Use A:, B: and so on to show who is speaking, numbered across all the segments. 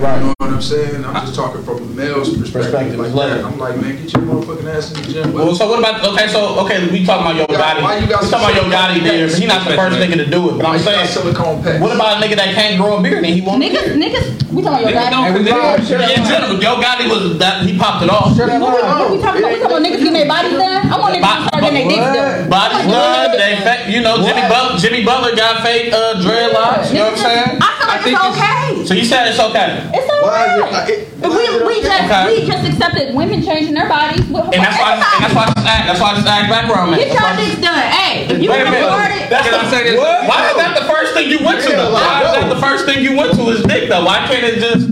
A: You know
B: Right.
A: what I'm saying? I'm just talking from a male's perspective
B: Perspective,
A: like
B: love.
A: that. I'm like, man, get your motherfucking ass in the gym.
C: Well,
A: Well,
C: so what about okay? So okay, we talking about Yo Gotti.
A: Why you got
C: We talking about Yo Gotti there, but he not the first nigga to do it. But I'm
A: you got
C: saying,
A: silicone packs.
C: what about a nigga that can't grow a beard and he won't?
D: Niggas, niggas, we talking about your
E: Niggas
D: guy.
E: don't
B: we
E: condemn.
B: live, share
C: In
B: that
C: general, Yo Gotti was that he popped it off.
B: Share that
D: What we, what we talking
B: line.
D: about? We talking about niggas getting their bodies done? I want niggas to start getting their dicks done.
C: Body blood, they fa- you know Jimmy Butler. Jimmy Butler got fake uh, dreadlocks. You know what I'm saying?
E: I
D: I feel like
E: think
D: it's okay.
C: So you said it's okay,
D: It's
A: Why is it-
D: alright.
A: I- it-
D: But
A: why is
D: we,
A: it
D: we
A: okay?
D: just
C: Okay.
D: we just accepted women changing their bodies. With,
C: and that's why and that's why I just act. That's why I just act background man.
D: get y'all dicks done. Hey, if you
C: Wait a
D: can
C: minute.
D: afford it,
C: That's
E: Can I
C: the-
E: say this?
C: What? Why is that the first thing you went to?
A: Yeah,
C: though?
A: like,
C: Why is that
A: no.
C: the first thing you went to is dick though? Why can't it just?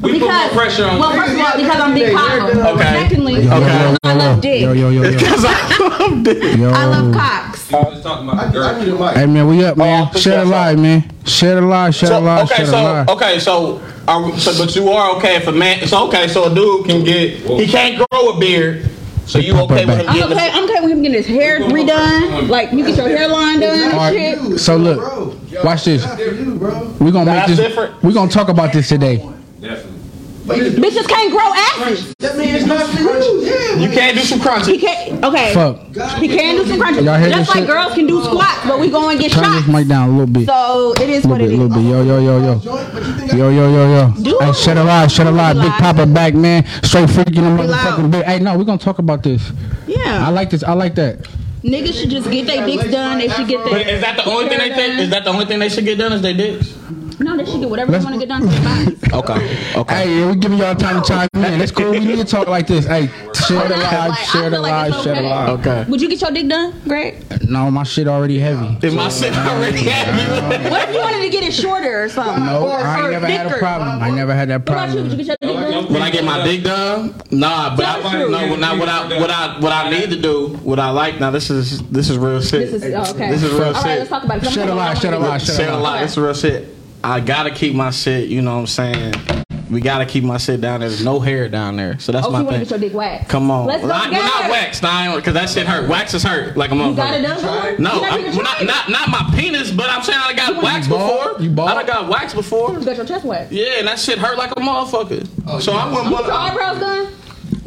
E: We put more
D: because
E: pressure on.
D: well, first of all, because I'm big cock.
C: Okay.
D: Secondly,
C: Okay.
D: I love dick.
F: Yo, yo, yo, yo.
C: Because I love dick.
F: yo.
D: I love cocks.
E: I was talking
A: I,
E: about
A: I need a mic.
F: Hey man, we up, man.
C: Oh,
F: share the
C: yeah,
F: lie, man. Share the lie, share the lie,
C: okay,
F: share the
C: so
F: lie.
C: okay, so are, so but you are okay if a man. So okay, so a dude can get he can't grow a beard. So you
F: Pop
C: okay
F: it
C: with
F: back.
C: him getting? the-
D: I'm okay with him getting his hair redone. Like you get your hairline done
F: All right. So look, watch this.
A: After you, bro.
F: We're gonna make
C: That's
F: this.
C: different.
F: We're gonna talk about this today.
E: definitely.
D: Bitches can't grow asses.
A: That means it's not for you. Yeah.
C: You can't do some
D: He
C: crunches.
D: can't. Okay.
F: Fuck.
D: He can do some crunches.
F: Y'all hear
D: Just
F: this
D: like
F: shit?
D: girls can do squats, but we go and get
F: Turn this
D: shots.
F: mic down a little bit.
D: So it is
F: A
D: what
F: little
D: it
F: bit, a
D: is.
F: little bit. Yo, yo, yo, yo.
A: Joint, but you think I
F: Yo, yo, yo,
D: Do
F: yo. Hey,
D: it.
F: shut it lie, shut it lie. Big
D: Lie.
F: Papa back, man. Straight freaking the
D: Be loud.
F: motherfucking bit. Hey, no, we're gonna talk about this. I
D: Yeah.
F: like this. I like that.
D: Niggas should just get their dicks done. They should get
C: But
D: their.
C: is that the only thing they think? Is that the only thing they should get done? Is they dicks?
D: No, they should get whatever they
F: Let's-
D: want to get done to their bodies.
C: Okay.
F: Hey, we giving y'all time to chime in. That's cool. We need to talk like this. Hey, share the lie, share the lie, share the lie.
C: Okay.
D: Would you get your dick done, Greg?
F: No, my shit already heavy.
C: If my shit already had you.
D: What if you wanted to get it shorter or something?
F: No,
D: or,
F: I
D: or
F: ain't never had a
D: thicker?
F: problem. I never had that
D: What about you? Would you get
F: problem.
D: your dick done?
C: When I get my dick done, nah. But I,
E: True.
C: no, not what I what I what I need to do. What I like now. This is this is real shit.
D: This is oh, okay.
C: This is real
D: All right,
C: shit.
D: let's talk about it. 'cause I'm
F: Share the
D: gonna-
F: lie, share the lie, share
C: Say
F: the
C: a
F: lie.
C: lot. It's real shit. I gotta keep my shit. You know what I'm saying? We gotta keep my shit down there. There's no hair down there, so that's
D: Oh,
C: my
D: you want to
C: thing.
D: get your dick waxed?
C: Come on.
D: Let's go
C: not, well, not
D: together.
C: wax, nah, because that shit hurt. Wax is hurt like a
D: You got it
C: motherfucker.
D: done?
C: No,
D: You
C: I'm,
D: even
C: well,
D: tried
C: not not
D: it?
C: not my penis, but I'm saying I got waxed
F: bald?
C: before.
F: You bald?
C: I done got waxed before.
D: You got your chest waxed.
C: Yeah, and that shit hurt like a motherfucker. so I wouldn't
D: You get your
C: want
D: eyebrows done?
C: to.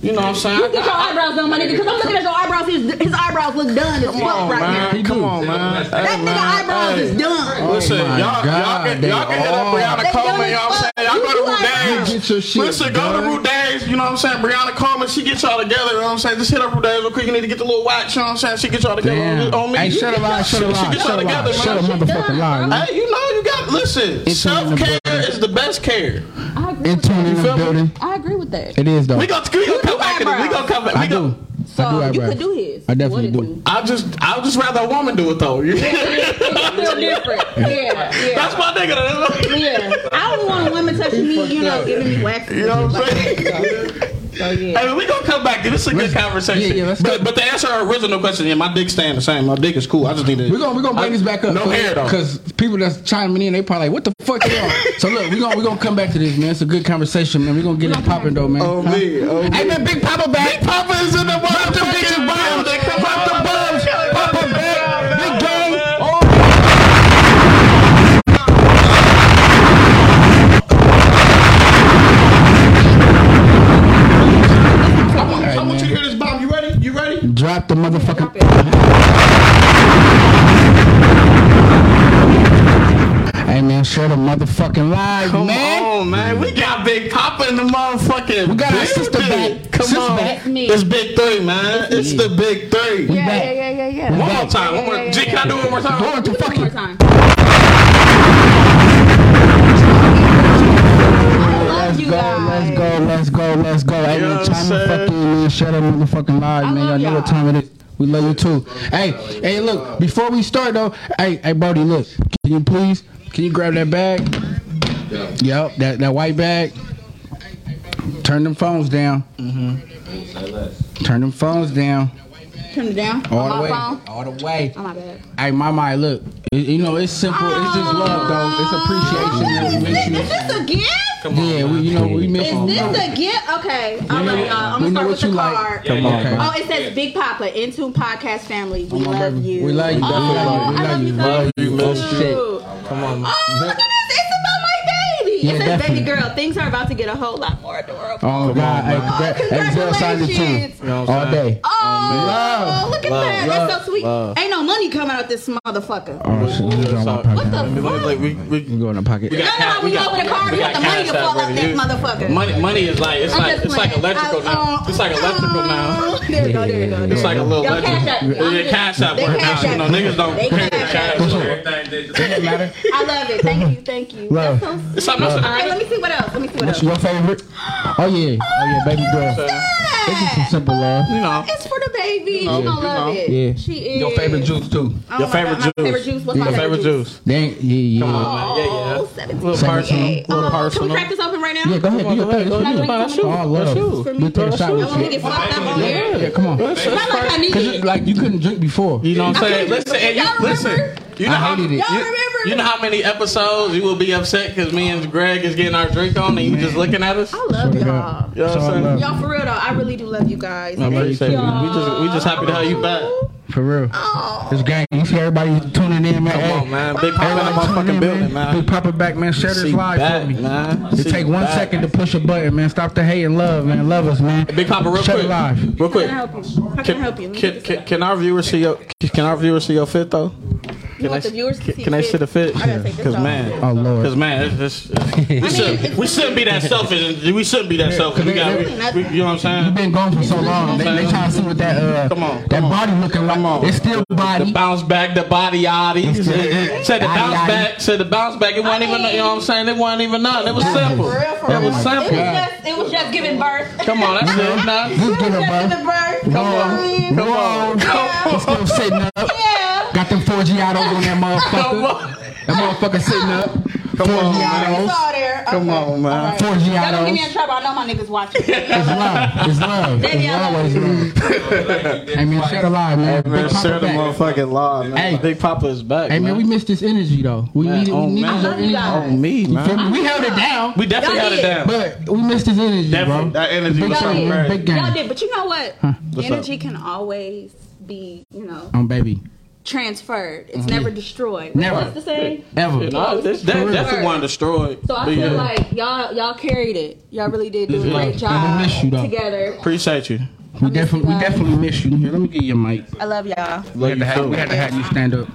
C: You know what I'm saying?
D: You get your eyebrows done, my nigga, because I'm looking at your eyebrows. His, his eyebrows look done as
C: Come on,
D: fuck right now.
C: man. Come on, man.
D: That
C: Hey, man.
D: nigga eyebrows
C: Hey.
D: is done.
C: Listen,
F: Oh
C: y'all,
F: my
C: y'all
F: God,
C: can,
F: they
C: y'all can hit up
F: all-
C: Brianna
D: They
C: Coleman,
D: young
C: y'all I'm
D: as fuck.
C: saying? Y'all
D: You
C: go to
D: like
C: Rudays.
D: that.
F: You get your shit
C: Listen, go to
F: done.
C: Rudays, you know what I'm saying? Brianna Coleman, she get y'all together, you know what I'm saying? Just hit up Rudays real quick. You need to get the little wax, you know what I'm saying? She get y'all together
F: Damn.
C: on, on me.
F: Hey, shut the lie, shut the
C: She- she
F: lie,
C: get y'all
F: shut the lie,
C: together,
F: shut the
C: man.
F: motherfucking lie. man.
C: Hey, you know you got listen.
F: It's on
C: Self
F: the
C: care
F: brother.
C: is the best care.
D: I agree with
F: Intern in
D: that.
F: the
C: feel me?
F: building.
D: I agree with that.
F: It is though.
C: We gonna, we gonna
D: do
C: come back to this. We gonna come back. We
F: I
C: gonna,
F: do.
D: So
F: I do
D: you
F: eyebrows.
D: could do his.
F: I definitely
D: What
F: do.
C: I just I would just rather a woman do it though.
D: if you- It's still different. Yeah, yeah.
C: That's my nigga. That's my,
D: yeah. I don't want women touching me, you know, giving me wax.
C: you know what I'm saying?
D: So yeah.
C: Hey, we gonna come back. This is a good
F: Let's-
C: conversation.
F: yeah, yeah, let's
C: but,
F: go.
C: but to answer our original question, yeah, my dick staying the same. My dick is cool. I just need to.
F: We're gonna we're gonna bring
C: I-
F: this back up.
C: No hair though.
F: Because people that's chiming in, they probably like, what the fuck you on? so look, we're gonna we're gonna come back to this, man. It's a good conversation, man. We're gonna get it popping though, man.
C: Oh, me, oh, me.
F: Hey man, Big Papa back.
C: Big Papa is in the
F: Pop them bitches bombs. Pop them bombs. Pop them back. Big gang. Oh,
C: I want, I want you to hear this bomb. You ready? You ready?
F: Drop the motherfucking. Hey man, share the motherfucking live,
C: Come
F: man.
C: on, man. We got Big Papa in the motherfucking. We
F: got our sister back.
C: Come
F: Sister
C: on.
F: back.
D: Me.
C: It's Big Three, man. It's the Big Three.
F: We back.
D: yeah,
F: We
D: yeah.
C: One more
F: back.
C: time. One more. G, can I do it one more time?
F: Going to
D: One more
F: fucking.
D: time. I love you
F: Go,
D: guys.
F: let's go, let's go, let's go. Hey,
C: You know
F: man,
C: what I'm
F: chime the
C: saying?
F: fucking man, share that motherfucking live, man. Y'all
D: love
F: know what
D: y'all.
F: time it is. We love you too. Hey, hey, look, before we start though, hey, hey, Brody, look, can you please, can you grab that bag? Yep, that, that white bag. Turn them phones down.
C: Mm-hmm.
F: Turn them phones down.
D: Turn it down.
F: All
D: on
F: the
D: my
F: way.
D: phone.
F: All the way.
D: Oh my bad.
F: Hey, my mind, look, it- you know, it's simple. It's just love, though. It's
D: What
F: appreciation. that
D: is this?
F: we mention
D: Is
F: it.
D: this a gift?
F: Yeah, we, you know, we miss
D: Is this a gift? Okay. All right, y'all. I'm gonna
F: we know
D: start with
F: what you
D: the
F: like.
D: card.
F: Come on.
E: Okay.
D: Oh, it says Big Papa, Into Podcast Family. We
F: Come on,
D: love
F: baby.
D: you.
F: We love you,
D: Oh,
F: definitely love you. We
D: I
F: love
D: love
F: you.
D: you.
F: Love
D: Love
F: you,
D: you.
F: love you.
D: Come on. Oh, look at this. It's about my baby.
F: Yeah,
D: it says
F: definitely.
D: baby girl. Things are about to get a whole lot more adorable.
F: Oh God! Hey,
D: man.
F: congra- hey, Zell signed it
D: Congratulations.
F: too. All day.
D: Oh, look at
B: Love,
D: that.
B: love,
D: That's so sweet.
B: love.
D: Ain't no money coming out this motherfucker.
F: Oh, shit, we going my
D: What
F: pocket.
D: the fuck?
B: Like we, we,
F: We go in the pocket.
D: You know how we know with a car, you want the money to fall off that motherfucker.
C: Money, money is like it's
D: I'm
C: like
D: just
C: it's like
D: playing.
C: electrical
D: I-
C: now.
D: uh,
C: It's like electrical now.
D: uh, There you go, there you go.
C: It's like a little
D: Y'all cash app.
C: electrical.
D: I'm
C: Yeah,
D: just-
C: cash app
D: they
C: work now.
D: cash
C: You
D: app.
C: know, niggas don't
D: They
C: cash
D: cash app.
C: app.
E: Everything that-
D: I love it. Thank you, thank you.
F: Love.
D: That's so
C: It's something else.
D: All right, let me see what else. Let me see what else.
F: What's your favorite? Oh yeah, oh yeah, baby girl. This is some simple love.
C: You know.
D: It's for the baby. She gonna love it.
F: Yeah.
D: She is.
C: Your favorite juice too.
D: Oh
C: Your
D: my
C: favorite
D: God, my favorite
C: juice.
D: juice. What's my
C: Your favorite juice.
F: Dang, yeah, yeah.
D: Oh,
C: Yeah, yeah.
D: 17.
C: Little personal.
D: Yeah.
C: Little
D: Oh, Can we
C: personal.
D: crack this open right now?
F: Yeah, go ahead, do your thing.
C: Go
D: ahead,
F: Let's
D: go ahead.
F: do it. All love.
C: Go
F: We'll take a shot
D: I don't want to
F: with
D: get
F: shit.
D: fucked up on here.
F: Yeah, come on.
D: Y'all know what I need.
F: Cause you, like you couldn't drink before.
C: You know what I'm saying?
D: Y'all
C: Listen, and you,
D: remember?
C: listen. You know
F: I
C: how
F: hated it.
D: Y'all
C: you-
D: remember?
C: You know how many episodes you will be upset because me and Greg is getting our drink on and you just looking at us.
D: I love y'all.
C: You know what
F: So I
C: I'm saying?
F: love-
D: Y'all for real though, I really do love you guys.
C: I
F: love you
C: appreciate
F: too.
C: it. We just we just happy to have you back.
F: For real.
D: Oh.
F: This gang, you see everybody tuning in, man.
C: Come
F: Hey,
C: on, man. Big Papa in the
F: Everybody tuning
C: motherfucking
F: in,
C: building,
F: man. Big
C: man.
F: Papa back, man. Share this
C: See
F: live
C: back,
F: for me.
C: man.
F: It
C: See
F: take one
C: back.
F: second to push a button, man. Stop the hate and love, man. Love us, man.
C: Big Papa, real
F: Share
C: quick.
F: it live.
C: Real quick.
D: How can I help you? How can, I help you?
C: Can,
D: Let me
C: can,
D: get this
C: can, can our viewers see your can our viewers see your fit though? Can
D: want
C: I-
D: the viewers to
C: can,
D: see
C: can they
D: fit?
C: see the fit?
D: I gotta take this
C: Cause
D: off.
C: man,
F: Oh
C: cause
F: Lord.
C: man, it's, it's, it's- we, shouldn't, we shouldn't be that selfish. We shouldn't be that selfish. We got, we, we, you know what I'm
F: You've
C: saying?
F: been gone for so long. They, they trying to see what that uh,
C: Come on,
F: that
C: come on.
F: body looking like.
C: Come on.
F: It's still
C: The
F: body.
C: bounce back, the body oddy. Said the bounce
F: Yachty.
C: back, said the bounce back. It wasn't even, you know what I'm saying? It wasn't even nothing. It was simple.
D: For real, for real.
C: It was
D: It was
C: simple.
D: just, it was just giving birth.
C: Come on, that's it.
F: This
C: Nah.
F: is getting
D: Just giving
F: birth.
D: birth.
F: Come on,
C: Come on.
F: It's still sitting up.
D: Yeah.
F: Got them four Giottos on that
C: Come
F: motherfucker.
C: on.
F: That motherfucker sitting up. Four
C: on,
D: It's
F: Giottos.
D: all there.
C: Come
D: Okay.
C: on, man.
D: All right.
F: Four
D: Y'all don't get me in
F: Giottos.
D: trouble. I know my niggas watching.
F: It's love. It's love.
D: Baby,
F: It's
D: I love
F: always love. Hey man, share the live, man. Big
C: Man,
F: Papa
C: share the
F: back.
C: motherfucking law, man.
F: Hey.
C: Big Papa is back.
F: Hey man, we missed this energy though. We
C: Man,
F: needed,
C: oh,
F: we needed
C: man.
F: your
D: Love you
F: energy.
D: guys.
C: on me,
F: You feel
C: man.
F: me? We held it down,
C: We definitely
D: Y'all
C: got it
D: did.
C: down.
F: but we missed this energy,
C: Definitely.
F: bro.
C: That energy
F: Big
C: was
F: time,
C: something
F: man.
C: crazy.
F: big
D: Y'all
F: game.
D: did, but you know what?
C: What's up?
D: Energy can always be, you know,
F: On Oh, baby,
D: transferred.
C: Mm-hmm.
D: It's never destroyed.
F: Never.
D: What's the saying?
F: ever.
C: Nah, this- that- that's the one destroyed.
D: So I
C: But
D: feel
C: yeah,
D: like y'all y'all carried it. Y'all really did do a
C: Yeah.
D: great
F: I
D: job
F: miss you, though.
D: together.
C: appreciate you.
F: We definitely, we definitely missed you. Here, let me get your mic.
D: I love y'all.
F: We had, to have, we had to have you stand up.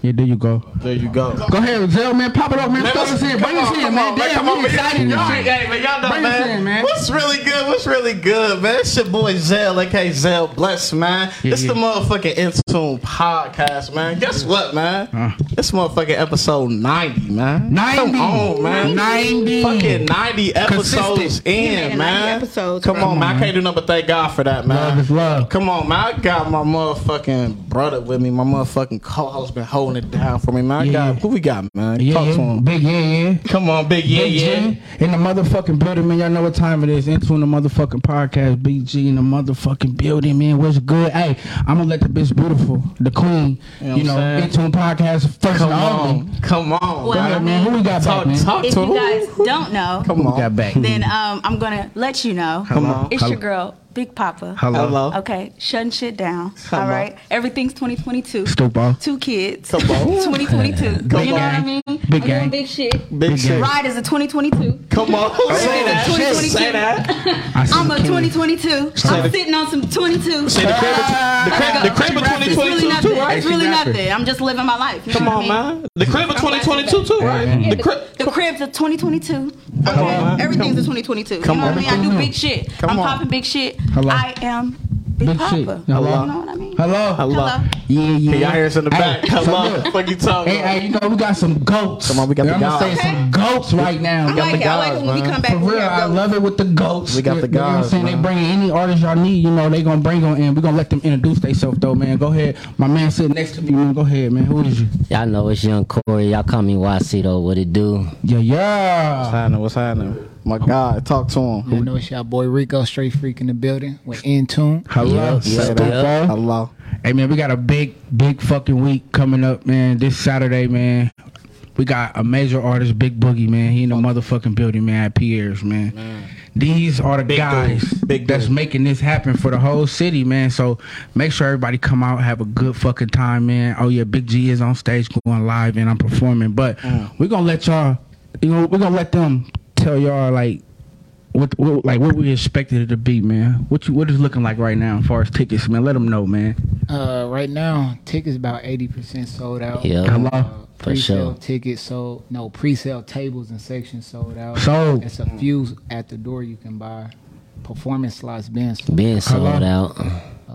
F: Yeah, there you go.
C: There you go.
F: Go ahead, Zell, man. Pop it up, man. Start us in. Bring us in, man. Damn, we excited and
C: Y'all, hey,
F: shit.
C: man, y'all know,
F: Bring us
C: man.
F: in, man.
C: What's really good? What's really good, man? It's your boy Zell, aka Zell Bless, man.
F: Yeah,
C: it's
F: yeah.
C: the motherfucking Intune podcast, man. Guess what, man? This motherfucking episode 90, man.
F: 90.
C: Come on, man.
F: 90.
C: Fucking 90 episodes
F: Consistent.
D: made
C: in,
D: it 90
C: man.
D: episodes,
C: Come
D: bro.
C: on, man. I can't do nothing but thank God for that, man.
F: Love is love.
C: Come on, man. I got my motherfucking brother with me. My motherfucking co-host been holding it down for me, man. I
F: Yeah,
C: got
F: yeah.
C: who we got, man?
F: Yeah,
C: Talk to
F: yeah.
C: him.
F: Big yeah, yeah.
C: Come on, big yeah, yeah.
F: BG in the motherfucking building, man. Y'all know what time it is. Into in the motherfucking podcast. BG in the motherfucking building, man. What's good? Hey, I'm gonna let the bitch beautiful, the queen, you know,
C: You know what I'm
F: into podcast first
C: Come
F: and only.
C: on, come on.
F: Go ahead, man. Who we got
C: Talk,
F: back, man?
C: talk
D: If
C: to
D: you
C: him.
D: guys don't know,
C: Come
F: Who we got
C: on.
F: back?
D: then um, I'm gonna let you know.
C: Come on.
D: It's your girl, Big Papa.
C: Hello.
D: Okay, shutting shit down.
C: Come
D: all
C: on.
D: right, everything's 2022.
F: Stupid.
D: Two kids.
C: Come on.
D: 2022.
F: Come
D: you know what I
F: on.
D: mean?
F: Big
D: I'm
F: gang.
D: doing big shit.
C: Big shit.
D: Ride is a 2022.
C: Come on. Say that. shit.
D: 2022.
C: Say that.
F: I see
D: I'm a
F: the king.
D: 2022. I'm sitting on some 22.
C: Say the crib. The crib of
D: It's really
C: 2022
D: nothing.
C: too, right?
D: It's really
F: Hey, she rapping.
D: nothing. I'm just living my life. You know
C: Come
D: what I
C: on,
D: mean?
C: man. The crib of 2022 too, right?
F: Yeah.
D: Yeah,
C: The crib.
D: the, the cribs of 2022.
C: Come
D: Okay,
C: on, man.
D: everything's a 2022.
C: Come
D: you know
C: on.
D: what I mean? I
F: Everything
D: do
F: new.
D: big shit.
C: Come
D: I'm
C: on.
D: popping big shit.
F: Hello.
D: I am Big,
F: Big
D: Papa.
F: shit. Hello.
D: You know what I mean?
F: Hello.
C: Hello.
D: Hello.
F: Yeah, yeah.
C: Y'all hear us in the
F: Hey,
C: back.
F: so
C: Hello.
F: look.
C: Fuck you talking
F: Hey,
C: about?
F: hey, you know we got some goats.
C: Come on, we got the
F: I'm gonna say
C: gods.
F: some goats right now.
D: I like it. I like it when we
C: man.
D: come back.
F: For
D: we
F: real,
D: have
F: I
D: those.
F: love it with the goats.
C: We got the
F: You know what I'm
C: guys,
F: saying?
C: man.
F: They bring any artist y'all need, you know, they gonna bring on in. we gonna let them introduce themselves though, man. Go ahead. My man sitting next to me, man. Go ahead, man. Who is you?
B: y'all know it's young Corey. Y'all call me YC though. What it do?
F: Yeah, yeah.
C: happening? What's happening? My God, talk to him.
G: I know it's your boy Rico, straight freak in the building with In Tune.
F: Hello,
B: Yep, yep,
F: Stupid.
B: yep.
C: Hello.
F: Hey man, we got a big, big fucking week coming up, man. This Saturday, man. We got a major artist, Big Boogie, man. He in the motherfucking building, man, at Pierre's, man. These are the guys
C: dude. Big
F: that's
C: dude.
F: making this happen for the whole city, man. So make sure everybody come out, have a good fucking time, man. Oh yeah, Big G
C: Mm.
F: is on stage going live and I'm performing. But we're gonna let y'all you know, we're gonna let them tell y'all like what, what like what we expected it to be, man? What you what is looking like right now as far as tickets, man? Let them know, man.
G: Uh, right now, tickets about eighty percent sold out.
B: Yeah.
F: Hello?
G: Uh,
B: For
G: pre-sale
B: sure.
G: tickets sold. No, pre-sale tables and sections sold out.
F: Sold.
G: It's a few at the door you can buy. Performance slots been sold.
B: Being sold out.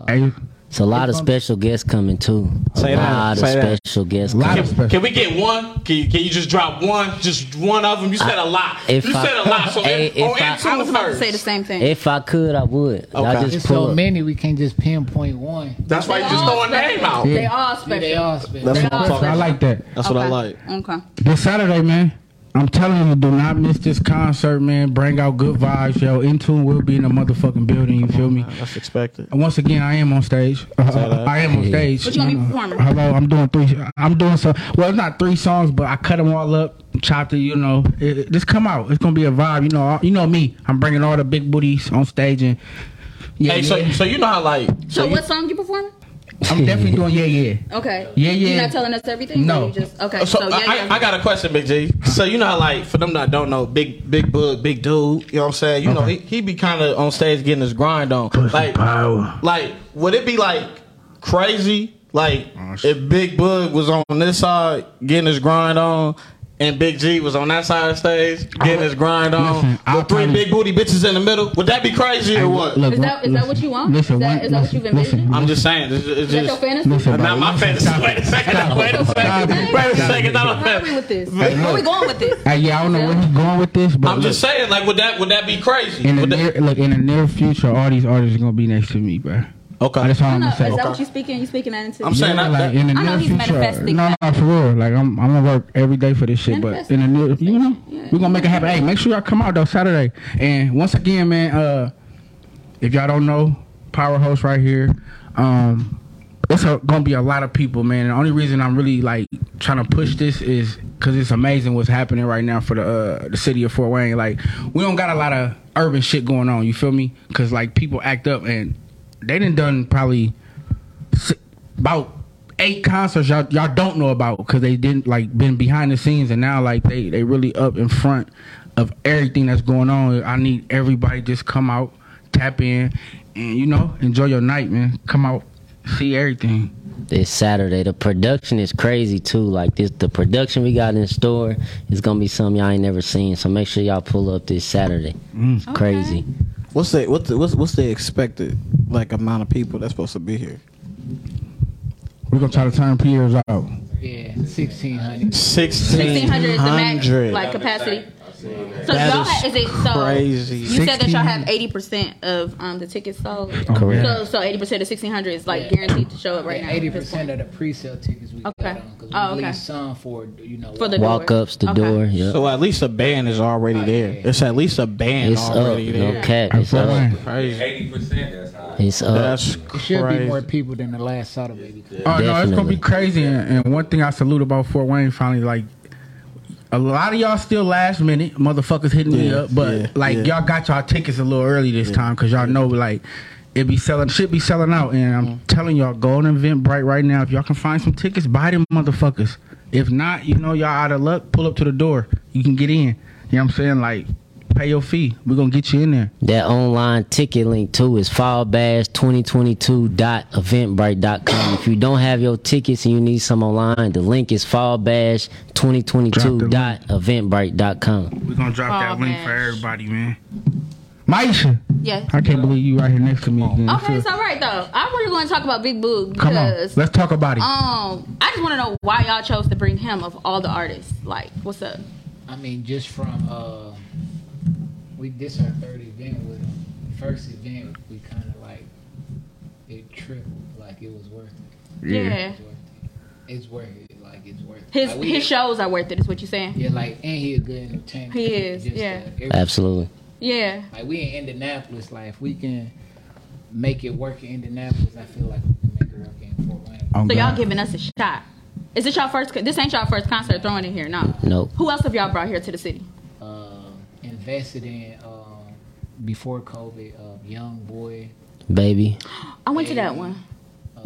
F: Hey,
B: It's a lot of special guests coming too.
C: Say
B: a
C: that.
B: lot
C: Say
B: of
C: that.
B: special guests.
F: lot
B: Coming.
F: of special.
E: Can we get one? Can, can you just drop one? Just one of them? You said a lot.
B: If
E: you
B: I-
E: said a lot. So
B: Hey,
E: in, on
B: if I-
E: into
D: I was about to
E: first.
D: say the same thing.
B: If I could, I would.
C: Okay.
B: Y'all
G: It's
B: just
G: so
B: pull up.
G: many we can't just pinpoint one.
C: That's why you just throw a name out.
D: They all
G: Yeah, they
D: special.
G: all special.
C: That's what I'm talking
F: I
C: about.
F: like that.
C: That's what I
D: Okay.
C: like.
D: Okay.
F: This Saturday, man. I'm telling you, do not miss this concert, man. Bring out good vibes, yo. Intune will be in the motherfucking building. You feel me?
C: That's expected.
F: And Once again, I am on stage. Uh,
C: that.
F: I am on stage.
D: What you gonna be performing?
F: Hello, I'm doing three. I'm doing some. Well, it's not three songs, but I cut them all up, chopped it. You know, It- it- just come out. It's gonna be a vibe. You know, all- you know me. I'm bringing all the big booties on stage, and yeah,
C: Hey,
F: yeah.
C: so so you know how like
D: So what song you performing?
F: I'm definitely doing yeah, yeah.
D: Okay.
F: Yeah, yeah.
D: You're not telling us everything.
F: No.
D: You just okay.
C: So,
D: So, yeah,
C: I,
D: yeah.
C: I, I got a question, Big G. So you know, how, like for them that don't know, Big Big Bug, Big Dude. You know what I'm saying? You know, he, he be kind of on stage getting his grind on. Like,
F: power.
C: like would it be like crazy? Like if Big Bug was on this side getting his grind on. And Big G was on that side of the stage getting his grind on.
F: Listen, I
C: with three
F: promise-
C: big booty bitches in the middle. Would that be crazy or what?
F: Look,
D: Is that- is that what you want? Is that- is that what you've envisioned?
C: I'm just saying. It's, it's
D: Is that your
C: just
D: fantasy?
F: Listen, bro.
C: not my fantasy.
F: Stop it.
C: Wait a second. Wait a
F: Stop
C: second. Wait a
F: it. Stop it.
C: second. not a
D: Where are
C: fan-
D: we with this? Where are we going with this?
F: Hey, yeah, I don't know where he's going with this, but
C: I'm just
F: look,
C: saying, like, would that would that be crazy?
F: in the
C: Would that-
F: near, look in the near future, all these artists are gonna be next to me, bro.
C: okay.
F: That's all I'm
D: No,
F: gonna
D: is
F: say.
D: that what you speaking? You speaking that into?
C: I'm saying
F: Yeah,
C: that-
F: like in the
D: I know
F: near
D: he's
F: future.
D: manifesting
F: No,
D: that.
F: no, for real. Like I'm, I'm gonna work every day for this shit. But in the near, you know, we gonna make it happen. Hey, make sure y'all come out though Saturday. And once again, man, uh, if y'all don't know, Power Host right here. Um, it's a, gonna be a lot of people, man. And the only reason I'm really like trying to push this is because it's amazing what's happening right now for the uh, the city of Fort Wayne. Like we don't got a lot of urban shit going on. You feel me? Because like people act up and they done done probably s- about eight concerts y'all y'all don't know about because they didn't like been behind the scenes and now like they they really up in front of everything that's going on. I need everybody just come out, tap in, and you know enjoy your night, man. Come out, see everything.
B: It's Saturday. The production is crazy too. Like this, the production we got in store is gonna be something y'all ain't never seen. So make sure y'all pull up this Saturday. It's Crazy.
H: What's the what's the, what's what's the expected like amount of people that's supposed to be here?
F: We're gonna try to turn Pierre's out.
G: Yeah, sixteen hundred.
D: Sixteen hundred is the max
H: 1,600.
D: like capacity. So
H: That
D: y'all
H: is
D: ha- is it so?
H: crazy.
D: You said that y'all have
F: 1600.
D: eighty percent of um the tickets sold.
F: Correct.
D: So so eighty percent of sixteen hundred is like guaranteed to show up right now. at
G: Eighty
D: this
G: percent of the pre-sale tickets we got
D: Okay.
G: on because we
D: Oh, okay.
G: leave some for you know
D: For the door.
B: Walk ups the
D: Okay.
B: door. Yep.
H: So at least a band is already there. It's at least a band
B: It's up.
H: already there.
B: No cap.
F: Hey,
B: It's
F: Fort
B: up.
F: Wayne.
H: Crazy.
E: Eighty percent. That's high.
B: It's up.
H: That's
G: It should be
H: crazy.
G: more people than the last Soda Baby. Yeah.
F: Oh no, it's gonna
B: Definitely.
F: be crazy. And, and one thing I salute about Fort Wayne finally, like a lot of y'all still last minute motherfuckers hitting me
H: Yeah,
F: up, but
H: yeah,
F: like
H: yeah.
F: y'all got y'all tickets a little early this time because y'all know like it be selling should be selling out. And I'm
H: Mm-hmm.
F: telling y'all, go on Eventbrite right now if y'all can find some tickets, buy them motherfuckers. If not, you know y'all out of luck. Pull up to the door, you can get in. You know what I'm saying? Like pay your fee, we are gonna get you in there.
B: That online ticket link too is fallbash2022.eventbrite.com. if you don't have your tickets and you need some online, the link is fallbash2022.eventbrite.com.
F: We're gonna drop
D: Fall
F: that link for
D: bash.
F: everybody, man. Maisha,
D: Yeah.
F: I can't believe you right here next to me. Again.
D: Okay,
F: Feel-
D: it's all right though. I really want to talk about Big Boog
F: Come on,
D: because
F: let's talk about it.
D: um I just want to know why y'all chose to bring him of all the artists. Like, what's up?
G: I mean, just from uh, we this our third event with them. First event, we kind of like it tripled, like it was worth it.
D: Yeah.
G: It's worth it. It's worth it. Like it's worth it.
D: His
G: Like, we-
D: his shows are worth it. Is what you're saying?
G: Yeah, like and he a good entertainer.
D: He is,
G: Just, uh,
D: yeah.
G: every-
B: Absolutely.
D: Yeah.
G: Like we in Indianapolis, like if we can make it work in Indianapolis, I feel like we can make it work in Fort Wayne.
F: Oh,
D: So y'all
F: God.
D: giving us a shot. Is this y'all first? This ain't y'all first concert throwing in here, no.
B: Nope.
D: Who else have y'all brought here to the city?
G: Uh, invested in um, before COVID, uh, Young Boy,
B: Baby.
D: I went to that one.
G: uh,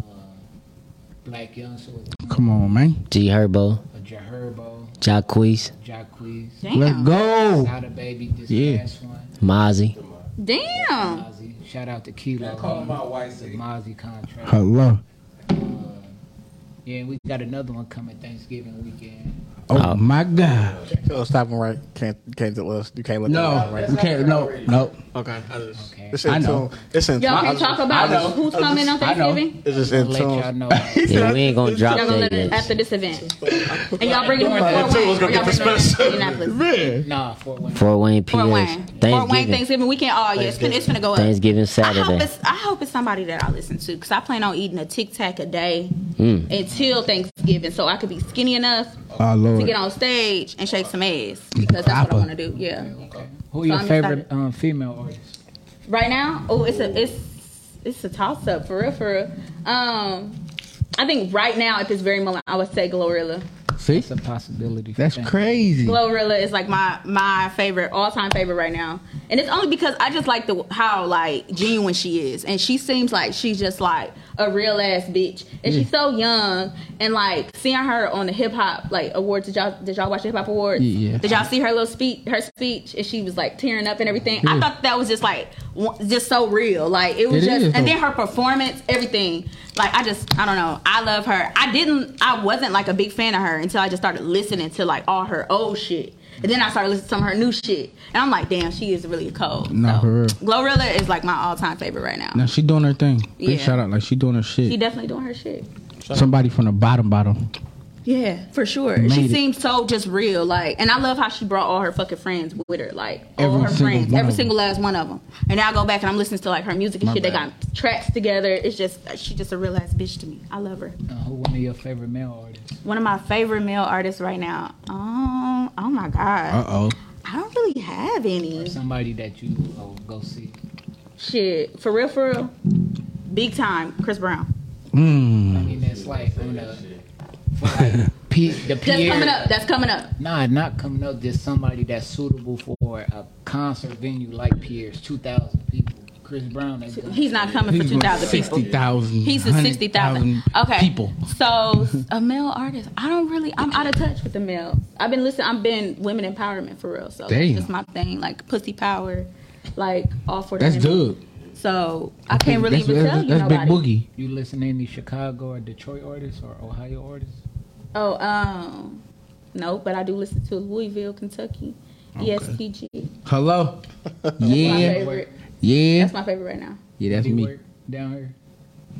G: Black Young, so
F: Come on, man.
B: G Herbo.
G: a Jaherbo,
B: Jacquees,
G: Jacquees,
F: Let's
D: Damn.
F: go.
G: Sada Baby, this
F: Oh. Yeah.
G: last one.
B: Mozzie.
D: Damn.
G: Mozzie. Shout out to Kilo.
E: Call him out, White
G: The
E: City.
G: Mozzie contract. Uh,
F: Hello.
G: Yeah, we got another one coming Thanksgiving weekend.
F: Oh my God.
I: Oh, stop him right. Can't can't tell us. You can't let
F: No,
I: them right.
F: we can't. No, no.
I: Okay, I just
G: Okay.
I: it's
F: I
I: in
F: know.
I: tune. It's in.
D: Y'all
I: I
D: can
I: just-
D: talk
I: I know.
D: about who's
I: I
D: coming on
I: just-
D: Thanksgiving.
I: It's just
G: I'll
I: in
G: let y'all
I: tune.
G: know.
B: Yeah, we ain't gonna drop
D: Y'all gonna let
B: that
D: it
B: yet.
D: after this event. And y'all bringing it
I: Like,
D: to
I: two was
D: Fort
I: gonna get the
D: Wayne. Y'all bringing it to
I: special.
D: Indianapolis.
I: Man.
G: Nah, Fort Wayne.
B: Fort Wayne, PA.
D: Fort Wayne. Fort Wayne
B: Thanksgiving.
D: Thanksgiving weekend. Oh yeah, it's gonna it's gonna go up.
B: Thanksgiving
D: I hope,
B: Saturday.
D: it's, I hope it's somebody that I listen to because I plan on eating a Tic Tac a day
I: Hmm.
B: Mm.
D: until Thanksgiving, so I could be skinny enough
F: Oh
D: to
F: Lord.
D: get on stage and shake some ass because that's what I want to do. Yeah.
G: Who your
D: So I'm
G: favorite um, female artist?
D: Right now, oh, it's a it's it's a toss up for real, for real. Um, I think right now at this very moment, I would say Glorilla.
F: See,
G: It's a possibility. for
F: that's
G: them.
F: crazy.
D: Glorilla is like my my favorite all time favorite right now, and it's only because I just like the how like genuine she is, and she seems like she's just like a real ass bitch, and
F: Mm.
D: she's so young, and like seeing her on the hip hop like awards. Did y'all did y'all watch the hip hop awards?
F: Yeah, yeah.
D: Did y'all see her little speech? Her speech, and she was like tearing up and everything. I thought that was just like one- just so real, like it was
F: It
D: just,
F: is,
D: and then
F: though.
D: her performance, everything. Like I just, I don't know. I love her. I didn't, I wasn't like a big fan of her until I just started listening to like all her old shit, and then I started listening to some of her new shit, and I'm like, damn, she is really cold.
F: Nah,
D: so,
F: for real.
D: Glorilla is like my all time favorite right now.
F: Now she doing her thing. Big
D: Yeah.
F: shout out, like she doing her
D: She
F: shit.
D: definitely doing her shit.
F: Somebody from the bottom, bottom.
D: Yeah, for sure.
F: Made
D: she
F: it.
D: seemed so just real, like, and I love how she brought all her fucking friends with her, like all
F: Every
D: her
F: single
D: friends,
F: one
D: every
F: of
D: single last one of them. And now I go back and I'm listening to like her music and
F: My
D: shit. They
F: bad.
D: got tracks together. It's just she just a real ass bitch to me. I love her.
G: Uh, who one of your favorite male artists?
D: One of my favorite male artists right now. Um, oh my god,
F: Uh oh.
D: I don't really have any
G: Somebody that you uh, go see.
D: shit for real, for real. Big time, Chris Brown.
G: I
F: Mm.
G: mean, that's like on the for like P, the
D: That's
G: Pierre.
D: coming up. That's coming up.
G: Nah, not coming up. Just somebody that's suitable for a concert venue like Pierre's, two thousand people. Chris Brown. That's gonna-
D: He's not coming for two thousand people.
F: Sixty thousand.
D: He's a sixty thousand. Okay.
F: People.
D: So a male artist. I don't really. I'm out of touch with the male. I've been listening. I've been women empowerment for real. So
F: Damn.
D: it's just my thing. Like pussy power. Like all for. the
F: That's
D: women.
F: good.
D: So I can't really
F: that's,
D: even
F: that's,
D: tell you
F: that's big
D: nobody.
F: boogie.
G: You listen to any Chicago or Detroit artists or Ohio artists?
D: Oh um, no, but I do listen to Louisville, Kentucky. E ESPG.
F: Hello.
D: That's my
F: Yeah.
D: favorite.
F: Yeah.
D: That's my favorite right now.
F: Yeah. That's
G: Do
F: me.
G: work down here?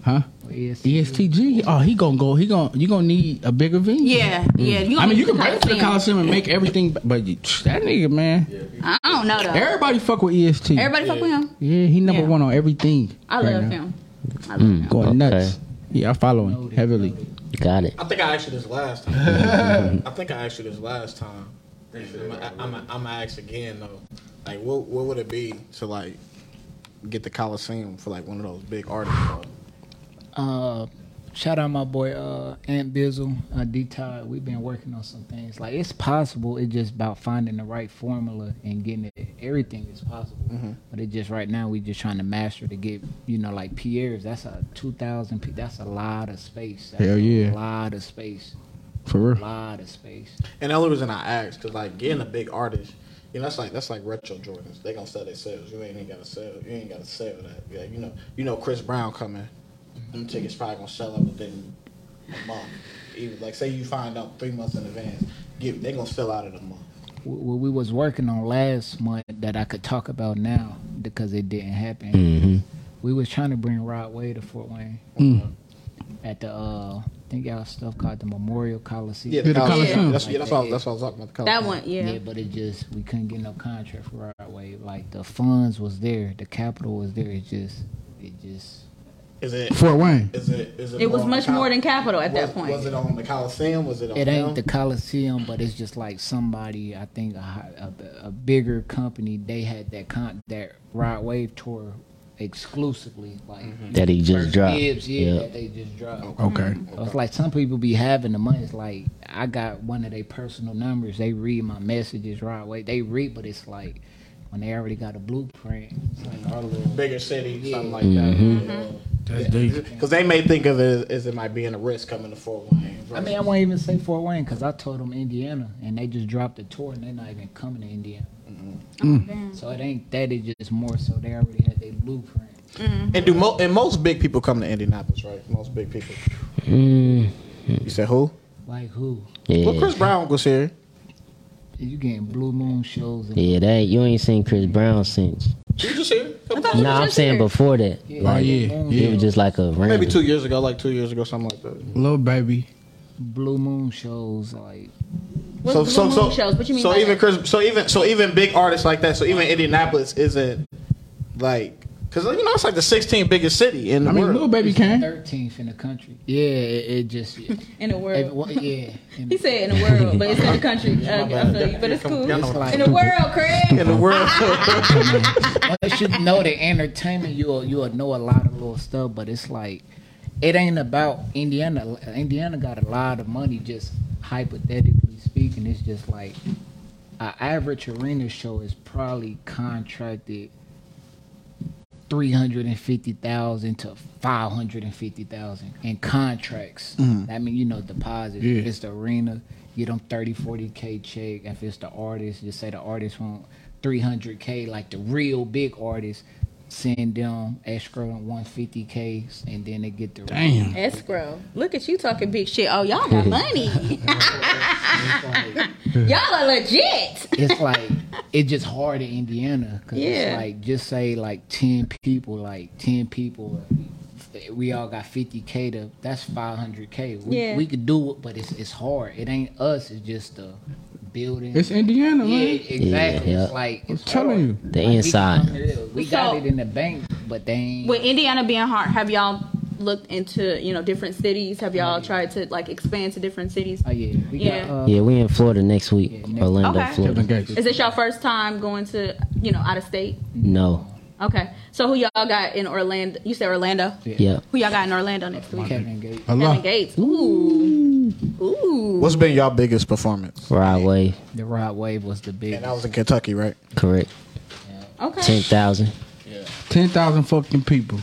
F: Huh?
G: Or E EST?
F: ESTG. Oh, he gonna go. He gonna. You gonna need a bigger venue.
D: Yeah, yeah. You
F: I mean, you can
D: break
F: break for the Coliseum and make everything, but you, that nigga, man,
D: I don't know though.
F: everybody fuck with E EST.
D: Everybody fuck with him.
F: yeah, he number
D: Yeah.
F: one on everything.
D: I
F: right
D: love
F: now. Mm.
D: him. I love him.
F: Going
B: Okay.
F: nuts. Yeah, I follow him
G: Noted,
F: heavily.
G: noted.
B: Got it.
E: I think I asked you this last time. I think I asked you this last time. I'm gonna I'm ask again though.
I: Like, what what would it be to like get the Coliseum for like one of those big artists? though?
G: Uh, shout out my boy uh, Aunt Bizzle, uh, D Todd. We've been working on some things. Like it's possible. It's just about finding the right formula and getting it. Everything is possible.
F: Mm-hmm.
G: But it just right now we just trying to master to get you know like Pierre's. That's a two thousand. Pe- that's a lot of space. That's
F: Hell yeah.
G: A lot of space.
F: For
G: A
F: real.
G: lot of space.
I: And the only reason I asked because like getting a big artist, you know, that's like that's like retro Jordans. They gonna sell themselves. You ain't, ain't gotta sell. You ain't gotta sell that. Yeah, you know, you know Chris Brown coming. Them tickets probably gonna sell out within a month. Even like say you find out three months in advance, give they gonna sell out in a month.
G: Wh- What we was working on last month that I could talk about now because it didn't happen. We was trying to bring Rod Wave to Fort Wayne. at the uh, I think y'all stuff called the Memorial Coliseum.
I: Yeah, the Coliseum.
D: Coliseum.
I: That's, yeah, that's, what, I was- that's what I was talking about. The
D: That
I: Coliseum.
D: one, yeah.
G: Yeah, but it just we couldn't get no contract for our wave. Like the funds was there, the capital was there. It just, it just.
I: Is it?
F: Fort Wayne.
I: Is it? Is it?
D: It was
I: more on the
D: much
I: Col-
D: more than capital at
I: was-
D: that point.
I: Was it on the Coliseum? Was it? On
G: It ain't the
I: them?
G: Coliseum, but it's just like somebody. I think a, hi- a, a bigger company. They had that con that ride wave tour exclusively. Like
B: That he just dropped.
G: Gibbs, yeah,
B: Yeah.
G: that they just dropped.
F: Okay.
G: So It's like some people be having the money. It's like I got one of their personal numbers. They read my messages right away. They read, but it's like when they already got a blueprint. It's like our little
B: Mm-hmm.
I: bigger city, something like that. Yeah.
F: That's deep.
I: Because they may think of it as, as it might be in a risk coming to Fort Wayne.
G: I mean, I won't even say Fort Wayne because I told them Indiana, and they just dropped the tour, and they're not even coming to Indiana.
B: Mm.
G: So it ain't that; it's just more so they already had their blueprint.
I: and do mo- and most big people come to Indianapolis, right? Most big people.
B: Mm,
I: You said who?
G: Like who?
I: Well, Chris
B: yeah,
I: Brown was here.
G: You getting blue moon shows? And,
B: yeah, that you ain't seen Chris Brown since.
I: He was just here.
D: I thought you
B: Nah,
D: was
B: I'm
D: just
B: saying
D: here.
B: before that.
G: Oh,
B: like,
F: yeah,
B: It was just like a random.
I: Maybe two years ago, like two years ago, something like that.
F: Mm-hmm. Little baby.
G: blue moon shows like
D: What's
I: so
D: Blue
I: so
D: Moon
I: so
D: shows? What you mean
I: so
D: by
I: even
D: that?
I: Chris, so even so even big artists like that. So even Indianapolis isn't like because you know it's like the 16th biggest city in the
F: I mean,
I: world.
F: little baby came.
G: 13th in the country. Yeah, it, it just
D: in the
G: it-
D: world.
G: well, yeah.
D: He said in the world, but it's in the country. Uh, I feel you, but it's cool.
I: Y'all know what
D: In the world, Craig.
I: in the world.
G: Once you know the entertainment, you'll you'll know a lot of little stuff. But it's like it ain't about Indiana. Indiana got a lot of money, just hypothetically speaking. It's just like an average arena show is probably contracted three hundred and fifty thousand to five hundred and fifty thousand in contracts. I mean, you know, deposits. If
F: Yeah.
G: it's the arena, get them 30, 40 k check. If it's the artist, just say the artist want three hundred k, like the real big artists. Send them escrow one fifty k, and then they get the
F: Damn.
D: Escrow. Look at you talking big shit. Oh, y'all got money. y'all are legit.
G: it's like it's just hard in Indiana because
D: Yeah.
G: it's like just say like ten people, like ten people, we all got fifty k to that's five hundred k. We
D: Yeah.
G: we could do it, but it's it's hard. It ain't us. It's just the building.
F: It's Indiana,
G: yeah,
F: man.
G: exactly.
B: Yeah, yeah.
G: It's like
F: I'm
G: it's
F: telling
G: hard.
F: you.
B: The
G: Like, we
B: inside.
G: come here, We got
D: So-
G: it in the bank, but they ain't.
D: With Indiana being hard, have y'all looked into you know different cities? Have y'all tried to like expand to different cities?
G: oh yeah, we
D: Yeah.
G: got. Uh,
B: Yeah, we in Florida next week.
G: next-
B: Orlando,
D: Okay.
B: Florida.
F: Kevin Gates.
D: Is this y'all first time going to you know out of state?
B: No.
D: Okay. So who y'all got in Orlando? You said Orlando.
B: Yeah.
D: Who y'all got in Orlando next week?
G: Kevin Gates.
D: Kevin
F: Allah.
D: Gates. Ooh. Ooh.
I: What's been y'all biggest performance?
B: Right way.
G: The Rod Wave was the big.
I: And that was in Kentucky, right?
B: Correct. Ten
D: Okay.
B: thousand.
F: Ten thousand fucking people.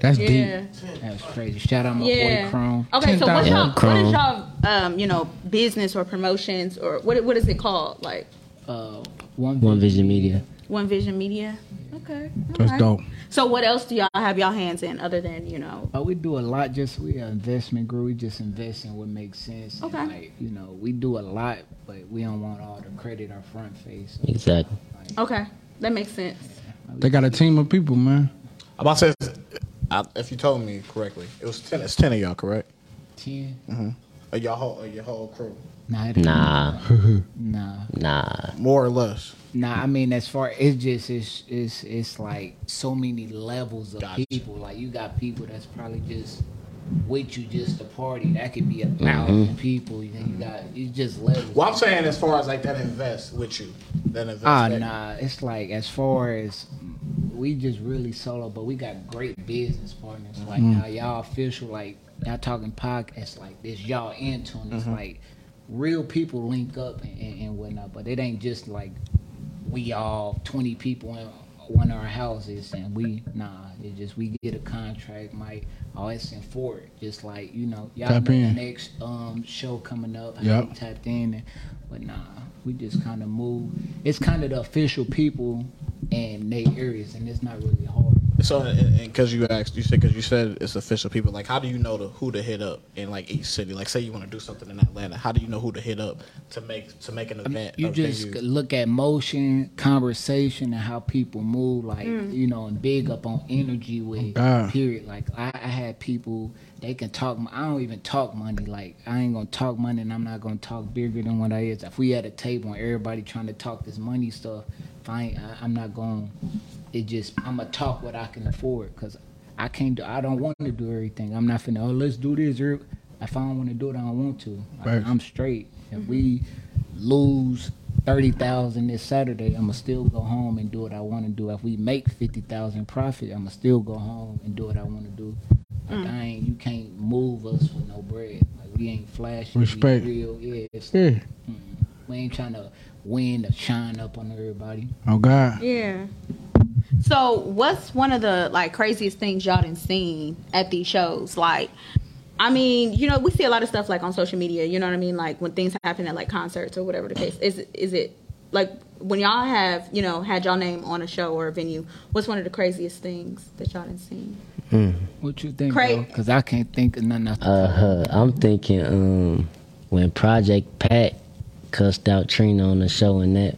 F: That's
D: Yeah.
F: deep.
G: That was crazy. Shout out my
D: Yeah.
G: boy Chrome.
D: Okay. So what
B: 10,000.
D: y'all, what is
B: Chrome.
D: y'all, um, you know, business or promotions or what? What is it called? Like
G: Uh, one
B: One Vision Media.
D: One Vision Media. Okay.
F: That's
D: alright.
F: dope.
D: So what else do y'all have y'all hands in other than you know?
G: Uh, we do a lot. Just we an investment group. We just invest in what makes sense.
D: Okay.
G: And like, you know, we do a lot, but we don't want all the credit or front face.
B: Exactly.
D: Okay, that makes sense.
F: They got a team of people, man.
I: I'm about to say, I, if you told me correctly, it was ten. It's ten of y'all, correct?
G: Ten.
I: Of y'all whole, of your whole crew,
G: Nah. it-
B: Nah.
G: Nah.
B: Nah.
I: more or less.
G: Nah. I mean, as far it's just it's it's it's like so many levels of people. Like you got people that's probably just with you just to party. That could be a 1000
B: Mm-hmm.
G: people. You, you got it's just levels.
I: Well, I'm saying as far as like that invest with you, that invest.
G: Ah,
I: that-
G: nah. It's like as far as we just really solo, but we got great business partners. Like now, y'all official, like y'all talking podcasts like this. Y'all into it. It's like real people link up and, and, and whatnot, but it ain't just like we all twenty people in one of our houses and we nah. It just we get a contract, Mike. Oh, it's in Fort. Just like you know, y'all
F: Tap
G: know
F: in.
G: the next um show coming up. how
F: Yep.
G: we Tapped in, and, but nah we just kind of move. It's kind of the official people and they areas, and it's not really hard.
I: So, and because you asked, you said because you said it's official people. Like, how do you know to, who to hit up in like each city? Like, say you want to do something in Atlanta, how do you know who to hit up to make to make an event?
G: You
I: of
G: just
I: venue?
G: look at motion, conversation, and how people move, like you know, and big up on energy with
F: Oh, God.
G: period. Like I, I had people they can talk. m- I don't even talk money. Like I ain't gonna talk money, and I'm not gonna talk bigger than what I is. If we at a table and everybody trying to talk this money stuff, fine. I, I'm not gonna. It just I'm gonna talk what I can afford because I can't do. I don't want to do everything. I'm not finna. Oh, let's do this. Or if I don't want to do it, I don't want to. I,
F: Right.
G: I'm straight. If we lose thirty thousand this Saturday, I'ma still go home and do what I want to do. If we make fifty thousand profit, I'ma still go home and do what I want to do. Like I ain't, you can't move us with no bread. Like we ain't flashy.
F: Respect.
G: We real. Yeah. It's,
F: Yeah.
G: We ain't trying to win or shine up on everybody.
F: Oh God.
D: Yeah. So, what's one of the like craziest things y'all done seen at these shows? Like, I mean, you know, we see a lot of stuff like on social media. You know what I mean? Like when things happen at like concerts or whatever the case. Is is it like when y'all have you know had y'all name on a show or a venue? What's one of the craziest things that y'all done seen?
G: What you think,
D: Cra-
G: bro? Because I can't think of nothing. Else.
B: Uh, I'm thinking um, when Project Pat cussed out Trina on the show and that.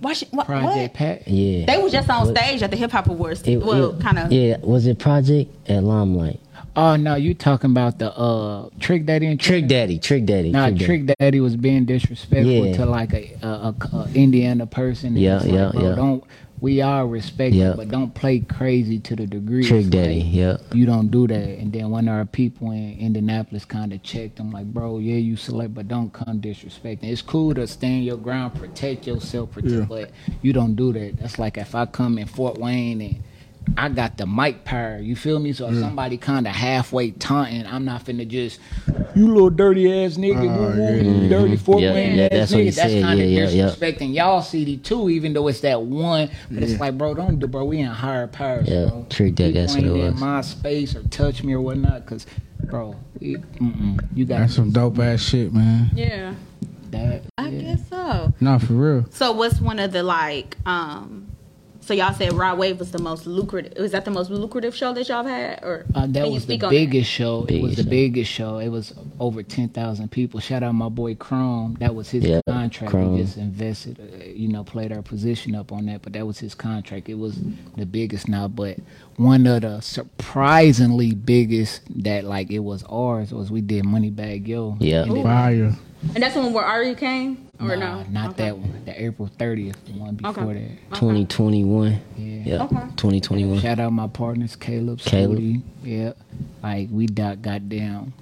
D: Why she, what, what?
G: Project Pat.
B: Yeah.
D: They were just on
B: What-
D: stage at the Hip Hop Awards.
B: It-
D: well,
B: it-
D: kind of.
B: Yeah, was it Project at Limelight?
G: Oh no, you talking about the uh trick daddy and
B: Trick Daddy, Trick Daddy.
G: Nah,
B: Daddy.
G: Trick Daddy was being disrespectful
B: Yeah.
G: to like a, a, a, a Indiana person.
B: Yeah,
G: It's like,
B: yeah,
G: bro,
B: yeah.
G: Don't we are respected,
B: Yeah.
G: but don't play crazy to the degree.
B: Trick
G: it's
B: Daddy,
G: like,
B: yeah.
G: You don't do that. And then one of our people in Indianapolis kind of checked them, like, bro, yeah, you select, but don't come disrespecting. It's cool to stand your ground, protect yourself, protect, but you don't do that. That's like if I come in Fort Wayne and. I got the mic power, you feel me?
B: Mm.
G: So if somebody kind of halfway taunting, I'm not finna just, you little dirty ass nigga, woo, woo, you dirty Fort
B: Ah, Mm-hmm. Yeah,
G: Wayne
B: yeah,
G: ass
B: that's
G: nigga.
B: what he
G: that's
B: said.
G: kind of
B: Yeah, yeah, yeah.
G: disrespecting y'all city too, even though it's that one. But it's like, bro, don't do, bro. We in higher powers,
B: Yeah,
G: bro.
B: treat that-
G: People
B: that's what
G: ain't
B: it
G: in
B: was.
G: my space or touch me or whatnot, cause, bro, it, mm-mm, you got
F: That's some dope ass shit, man.
D: Yeah,
G: that.
D: I
G: yeah.
D: guess so.
F: Nah, for real.
D: So what's one of the like um so y'all said Raw Wave was the most lucrative was that the most lucrative show that y'all had or
G: Uh, that
D: can you
G: was the
D: speak on
G: biggest show. it was
B: Biggest
G: the
B: show.
G: biggest show. It was over ten thousand people. Shout out my boy Chrome. That was his
B: Yeah,
G: contract.
B: Chrome.
G: He just invested, uh, you know, played our position up on that. But that was his contract. It was the biggest now, but one of the surprisingly biggest that like it was ours was we did Money Bag Yo.
B: Yeah.
G: And then-
F: Fire.
D: that? And that's when where Ari came or
G: Nah,
D: no?
G: not
D: Okay.
G: that one. The April thirtieth one before
D: Okay. Okay.
B: 2021.
G: that.
B: Yeah.
D: Uh-huh. Okay.
B: 2021.
G: Shout out my partners, Caleb,
B: Caleb.
G: Scooty. Yeah. Like we dot got down.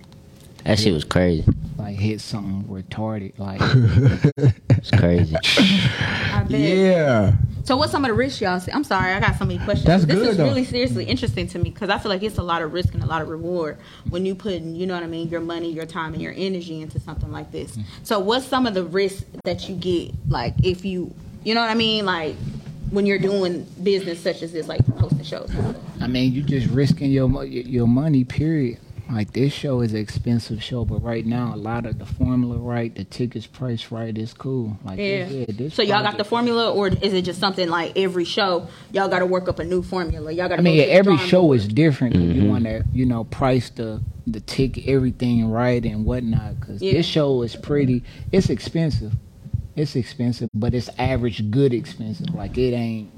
B: That shit was crazy.
G: like hit something retarded. Like
B: It's crazy.
D: I bet.
F: Yeah.
D: So what's some of the risks y'all see? I'm sorry, I got so many questions.
F: That's
D: this
F: good,
D: is
F: though.
D: really seriously interesting to me because I feel like it's a lot of risk and a lot of reward when you put, you know what I mean, your money, your time, and your energy into something like this.
G: Mm-hmm.
D: So what's some of the risks that you get, like if you, you know what I mean, like when you're doing business such as this, like hosting shows?
G: I mean, you just risking your mo- your your money. Period. Like this show is an expensive show, but right now a lot of the formula right, the tickets price right is cool. Like
D: Yeah.
G: this
D: So y'all got the
G: project-
D: formula, or is it just something like every show y'all got to work up a new formula? Y'all got.
G: I mean, yeah, every show is different. 'cause You want to, you know, price the the ticket, everything right and whatnot. Because
D: Yeah.
G: this show is pretty. It's expensive. It's expensive, but it's average good expensive. Like it ain't,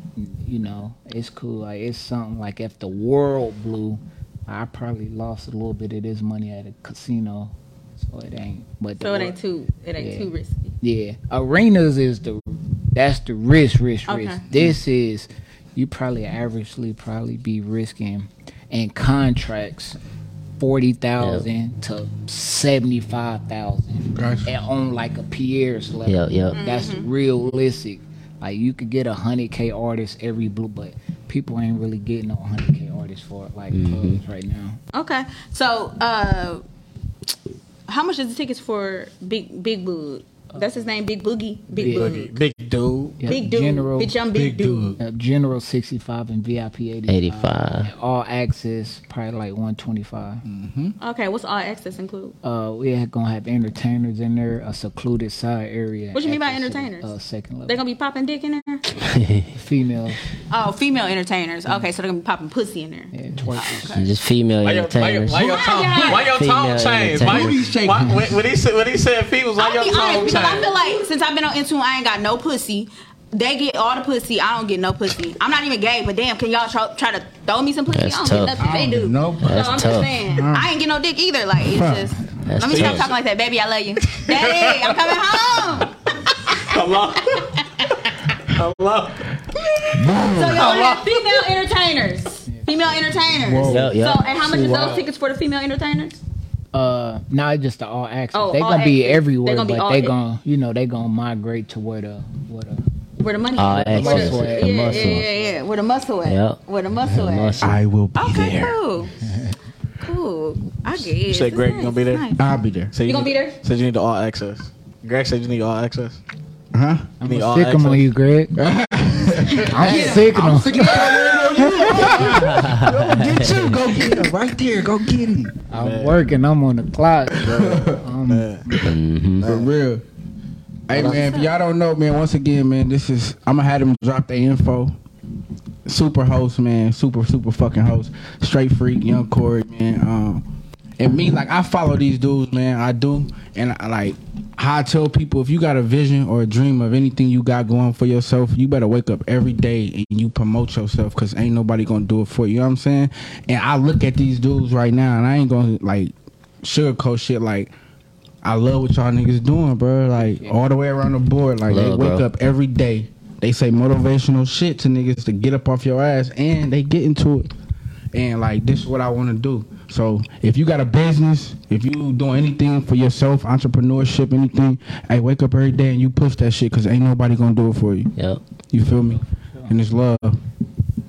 G: you know, it's cool. Like it's something like if the world blew, I probably lost a little bit of this money at a casino. So it ain't. But the
D: So it
G: wor-
D: ain't too. It ain't
G: Yeah.
D: too risky.
G: yeah, arenas is the that's the risk, risk,
D: Okay.
G: risk. This is you probably averagely probably be risking and contracts forty thousand to seventy five thousand,
F: Gotcha.
G: and on like a Pierre's level.
B: Yeah, yeah.
G: That's realistic. Like you could get a hundred k artist every blue, but people ain't really getting no hundred k artists for like clubs right now.
D: Okay, so uh, how much is the tickets for Big Big Boo? That's his name, Big Boogie. Big Boogie.
E: Big dude.
G: Yeah,
D: Big dude.
G: general-
D: Bitch, I'm big, dude.
G: Uh, General 65 and VIP 85.
B: 85.
G: And All access, probably like 125.
D: Okay, what's all access include?
G: Uh, we had gonna have entertainers in there, a secluded side area.
D: What you mean by
G: At the se-
D: entertainers?
G: Uh, second level.
D: They're gonna be popping dick in there.
G: Females,
D: Oh, female entertainers. Okay, so they're gonna be popping pussy in there.
G: yeah, twerkers.
B: Just female
E: Why your, why, your,
B: entertainers.
E: why your tongue? Why your
B: Female
E: tongue changed? Why,
F: entertainers.
E: why, when, when he said when he said females, why
D: I'll
E: your
D: be honest
E: tongue
D: because I feel
E: changed?
D: like since I've been on Intune, I ain't got no pussy. They get all the pussy. I don't get no pussy. I'm not even gay, but damn, can y'all try, try to throw me some pussy?
B: That's
D: I don't
B: tough.
D: get nothing.
F: I don't
D: they
F: get
D: do.
F: no
D: so
B: That's
D: I'm just
B: tough.
D: saying, I ain't get no dick either. Like it's
F: Huh.
D: just.
B: That's
D: let me stop
B: tough.
D: talking like that, baby. I love you, daddy. I'm coming home.
E: Hello. Hello.
D: So y'all have female entertainers. Female entertainers.
B: Yeah, yeah.
D: So and how much is those tickets for the female entertainers?
G: Uh, not just the all access.
D: Oh,
G: they
D: all
G: gonna be
D: access.
G: everywhere,
D: They gonna be all
G: but they
D: ac-
G: gonna, you know, they gonna migrate to where the where the
D: Where the money?
B: All
D: at? Where
B: access.
D: the-
B: The
D: Yeah, yeah,
B: Ah, muscle.
D: yeah, yeah. Where the muscle at?
B: Yep.
D: Where the muscle at?
B: Muscle.
F: I will be
D: Okay,
F: there.
D: cool. Cool. I get it.
I: You said
D: It's
I: Greg, you
D: nice.
I: gonna be there?
D: It's nice.
F: I'll be there.
I: So
D: You gonna be there?
I: Said you need all access. Greg said you need all access.
F: Huh?
I: You need
G: Sick 'em on you, Greg. I'm sick of them.
F: Get you, go get him right there. Go get him.
G: I'm working. I'm on the clock, bro. I'm,
B: Mm-hmm.
F: For real. Hey man, if y'all don't know, man, once again, man, this is I'm gonna have them drop their info. Super host, man, super super fucking host, straight freak, young Corey, man. Um, and me, like I follow these dudes, man. I do, and I like how I tell people if you got a vision or a dream of anything you got going for yourself, you better wake up every day and you promote yourself because ain't nobody gonna do it for you. You know what I'm saying? And I look at these dudes right now, and I ain't gonna like sugarcoat shit. Like I love what y'all niggas doing, bro. Like all the way around the board. Like
B: Love,
F: they wake
B: bro.
F: up every day. They say motivational shit to niggas to get up off your ass, and they get into it. And like this is what I want to do. So if you got a business, if you doing anything for yourself, entrepreneurship, anything, hey, wake up every day and you push that shit, cause ain't nobody gonna do it for you.
B: Yep.
F: You feel me? And it's love.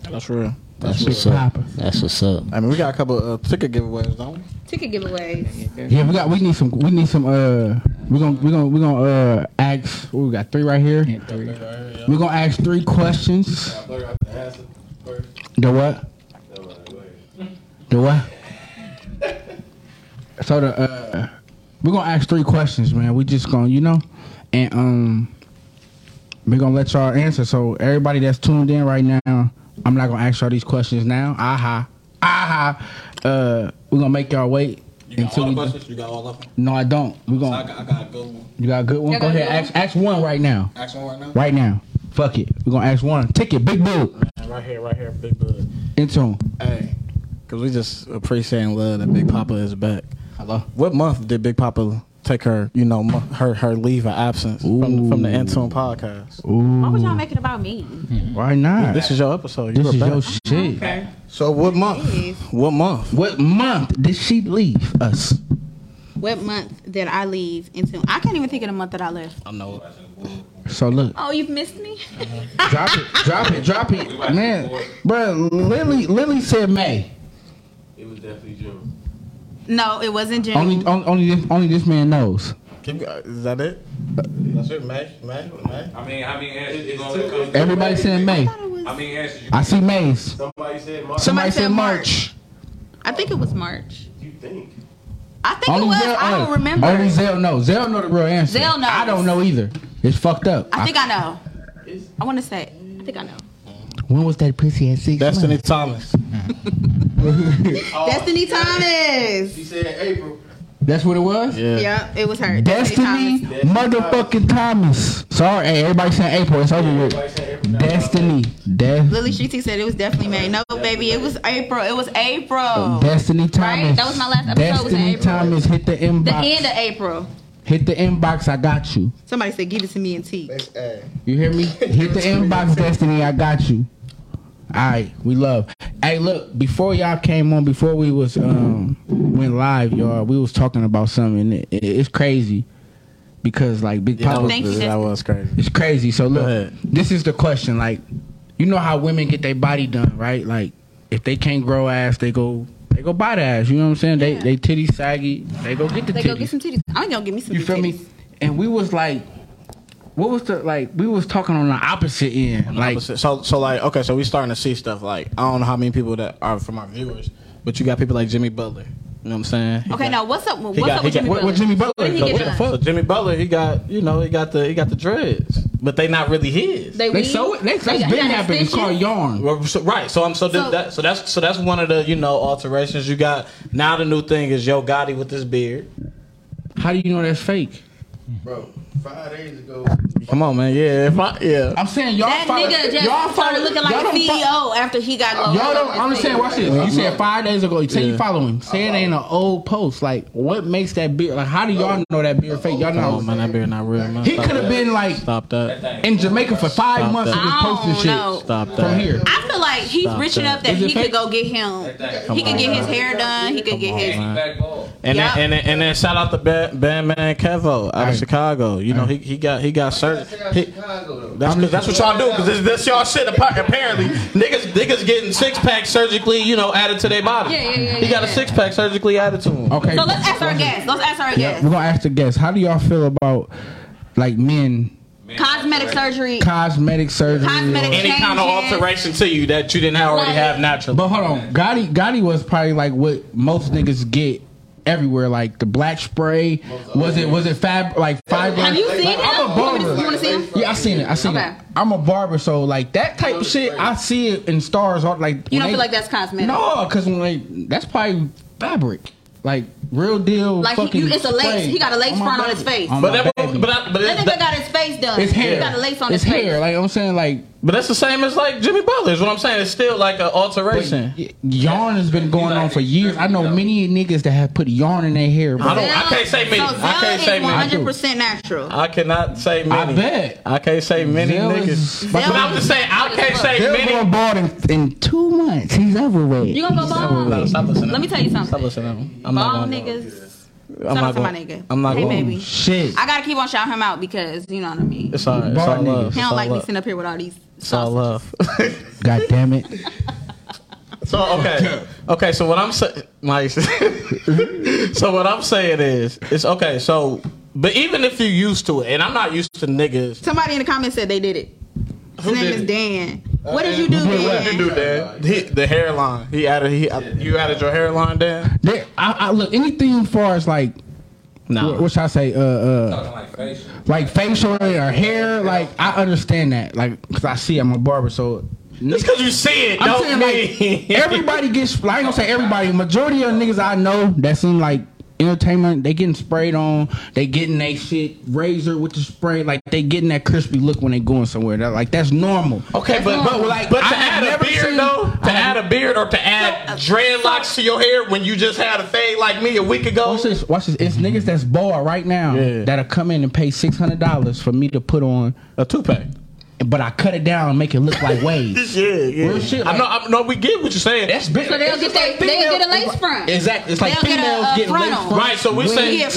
C: That's real.
B: That's what's
F: real.
B: up. That's what's up.
C: I mean, we got a couple uh, ticket giveaways, don't we?
D: Ticket giveaways.
F: Yeah, we got. We need some. We need some. Uh, we gonna we gonna we gonna uh ask. what we got three right here.
G: I'm three.
F: We're gonna ask three questions. The what? The what? So the uh, we're gonna ask three questions, man. We just gonna, you know, and um, we're gonna let y'all answer. So everybody that's tuned in right now, I'm not gonna ask y'all these questions now. Aha, aha. Uh, we're gonna make y'all wait
E: You got all the
F: we-
E: questions? You got all of them?
F: No, I don't. We're
E: So I
F: gonna.
E: got, I got a good one.
F: You got a good one.
D: I
F: Go
D: got a
F: ahead.
D: good
F: Ask ask one right now.
E: Ask one right now.
F: Right now. Fuck it. We're gonna ask one. Ticket, big boo.
H: Right here, right here, big bud.
F: Into him.
C: Hey, because we just appreciating love that Big Papa is back.
F: Hello.
C: What month did Big Papa take her, you know, mo- her her leave of absence from, from the Antone podcast?
D: Why would y'all make it about me?
F: Why not?
C: This is your episode. You
F: This
C: were
F: is
C: back.
F: your shit.
D: Okay.
C: so what month?
D: Jeez.
C: What month?
F: What month did she leave us?
D: What month did I leave into? I can't even think of the month that I left.
C: I know.
F: So look,
D: Oh, you've missed me?
F: drop it, drop it, drop it, man, bruh, Lily, Lily said May.
E: It was definitely June.
D: no, it wasn't June.
F: Only, on- only, this, only this man knows.
C: Keep,
I: uh,
C: go- is that it?
H: That's it, May, May, May.
E: I mean, I mean, it's, it's gonna come.
F: Everybody said May.
D: I, thought it was,
E: I mean, answer you.
F: I see Mays.
E: Somebody said March.
F: Somebody said
D: said
F: March.
D: I think it was March.
E: You think?
D: I think it was. I
F: Zell- oh,
D: don't remember.
F: Uh, Only Zell knows. Zell know the real answer.
D: Zell knows.
F: I don't know either. It's fucked up.
D: I think I know. I want to say. I think I know.
F: when was that pussy at six?
C: Destiny Thomas.
E: Oh.
D: Destiny Thomas.
E: She said April.
F: That's what it was.
C: Yeah.
D: Yep, it was her.
F: Destiny,
D: Thomas.
F: motherfucking Thomas. Sorry, hey, everybody saying April. It's over with. Destiny, De-
D: Lily Shooty said it was definitely May. No, baby, it was April. It was
F: Oh,
D: April.
F: Destiny Thomas.
D: oh. That was my last episode was in
F: Destiny
D: April.
F: Thomas hit the inbox.
D: The end of April.
F: hit the inbox. I got you.
D: Somebody said, give it to me in tea.
F: You hear me? Hit the inbox, Destiny. I got you. All right, we love. Hey, look, before y'all came on, before we was um went live, y'all, we was talking about something. And it, it- it's crazy because like Big
C: Yeah, that
F: Papa,
C: was,
D: Thank you,
C: that
D: Destiny.
C: was crazy.
F: it's crazy. So look,
C: ahead.
F: this is the question. Like, you know how women get their body done, right? Like, if they can't grow ass, they go they go buy the ass. You know what I'm saying? They
D: Yeah.
F: they titty saggy. They go get the
D: They
F: titties.
D: go get some titties. I'm gonna give me some
F: You feel me?
D: titties.
F: And we was like, what was the like? We was talking on the opposite end, like
C: Opposite. so so like okay so we starting to see stuff like i don't know how many people that are from our viewers but you got people like jimmy butler you know what i'm saying He
D: Okay,
C: got-
D: now what's up? What's
C: got-
D: up
C: he
D: with
C: got-
D: Jimmy
C: what-
D: Butler?
F: what Jimmy Butler?
D: What did
C: so,
D: he
C: Jim-
D: get done?
C: so jimmy butler he got you know he got the he got the dreads but they not really his
F: they
D: weave?
F: sew it.
D: They
F: They, that's
D: got-
F: been
D: they got
F: happening. It's called
D: extensions?
F: yarn.
C: Well, so- right so i'm so, th-
D: So-
C: that so that's so that's one of the you know alterations you got now the new thing is yo gotti with this beard
F: How do you know that's fake?
J: Bro, five days ago,
C: come on man yeah if I, yeah
F: I'm saying y'all.
D: That
F: follow-
D: nigga just
F: y'all
D: started
F: follow-
D: looking
F: y'all
D: like a
F: don't fo-
D: CEO after he got low.
F: Y'all don't understand. Watch this. You said five days ago. You say you follow him. Say it ain't an old post. Like, what makes that beard? Like, how do y'all know that beard fake? Y'all
C: come on
F: know
C: man that beard not real man
F: he
C: Stop
F: could have
C: that.
F: been like
C: stop that
F: in Jamaica for five months and was
D: I don't
F: posting
D: know.
F: shit
C: stop
F: from
C: that
F: here.
D: I feel like he's
C: Stop
D: rich
C: that.
D: enough that
F: Is it
D: he
F: fake?
D: could go get him.
C: Come
D: He could
C: on,
D: get his
C: man.
D: hair done. He could get his.
C: man.
E: Back ball.
C: And
D: Yeah.
C: then, and then, and then shout out to Band, Man Kevo out of Chicago. You know he, he got he got certain. He, that's, 'cause that's what y'all do because that's y'all shit. appa- Apparently, niggas niggas getting six pack surgically, you know, added to their body.
D: Yeah, yeah, yeah,
C: He
D: yeah,
C: got a
D: yeah.
C: six pack surgically added to him.
F: Okay.
D: So let's ask our guest. Let's ask our
F: Yeah, we're
D: guest.
F: gonna ask the guests. How do y'all feel about like men
D: Cosmetic surgery.
F: Cosmetic surgery.
D: Cosmetic
F: or-
D: surgery.
C: Any kind of
D: Changes.
C: alteration to you that you didn't already
D: Like-
C: have naturally.
F: But hold on, Gotti Gotti was probably like what most niggas get everywhere, like the black spray. Was it was it fab like fiber?
D: Have you seen
F: Like, I'm
D: him?
F: a
D: You want me to-
F: barber.
D: you wanna see him?
F: Yeah, I seen it. I seen
D: Okay.
F: it. I'm a barber, so like that type of shit, I see it in stars. all- Like
D: You
F: when
D: don't
F: they-
D: feel like that's cosmetic?
F: no, because when like that's probably fabric, like real deal.
D: Like, he-
F: fucking
D: you- it's a lace.
F: spray.
D: He got a lace
F: On my
D: front on
F: baby.
D: his face.
F: my
C: But that,
F: baby.
C: but I, but
D: That
C: it,
D: nigga got his face done.
F: it's hair.
D: He got a lace on
F: it's
D: his
F: hair.
D: face.
F: Like I'm saying, like
C: but that's the same as like Jimmy Butler. Is what I'm saying. It's still like an alteration.
F: y- yarn has been going on for years. I know many niggas that have put yarn in their hair. Bro.
C: I don't- I can't say me.
D: So
C: I can't
D: Zell
C: say
D: is
C: me.
D: 100% natural.
C: I cannot say many.
F: I bet.
C: I can't say many
F: Zell
C: niggas.
F: is-
C: but I'm just saying I can't say
F: They're
C: many.
F: going bald in, in two months. He's overweight.
D: You gonna go bald?
C: No, stop listening.
D: Let me tell you something.
C: Stop listening. I'm not
D: Bald
C: going.
D: niggas.
C: I'm
D: Shout out
C: not
D: to my
C: going.
D: nigga.
C: I'm not
D: hey,
C: going.
D: Baby.
F: Shit.
D: I gotta keep on shouting him out because you know what I mean.
C: It's all right. It's
F: Bald
C: all love.
F: niggas.
D: He
C: It's
D: don't
C: all
D: like me
C: love.
D: sitting up here with all these.
C: It's all love.
F: God damn it.
C: So okay, okay. So what I'm saying, nice. so what I'm saying is, it's okay. So, but even if you're used to it, and I'm not used to niggas.
D: Somebody in the comments said they did it. His name
C: did
D: is
C: it? Uh,
D: Dan. what did you do, Dan?
C: that. He, the hairline. He added. He uh, you added your hairline, Dan.
F: There, I, I look anything as far as like
C: No.
F: what, what should I say? Uh, uh, like facial or hair. Like I understand that. Like because I see I'm a barber, so.
C: Just because you see it,
F: I'm
C: don't
F: saying
C: mean.
F: like everybody gets. I ain't gonna say everybody. Majority of niggas I know that seem like entertainment, they getting sprayed on. They getting they shit razor with the spray. Like they getting that crispy look when they going somewhere. That like that's normal.
C: Okay, but but,
F: like,
C: but to
F: I
C: add
F: have
C: a
F: never
C: beard
F: seen-
C: though, to
F: I have-
C: add a beard or to add dreadlocks to your hair when you just had a fade like me a week ago.
F: Watch this. Watch this. It's niggas that's bald right now
C: Mm-hmm. Yeah.
F: that'll come in and pay six hundred dollars for me to put on,
C: A toupee.
F: but I cut it down and make it look like waves.
C: Yeah, yeah.
F: Real shit,
C: I
F: like-
C: know. I know. We get what you're saying.
F: That's big.
D: So they'll
F: It's
D: get
F: just
D: they,
F: like
D: they'll
F: female-
D: get a lace front.
F: Exactly. It's like
D: They'll get a,
F: females
D: uh,
F: get lace
D: frontal.
F: front.
C: Right, so we
F: When-
C: say
D: Yeah,
C: right,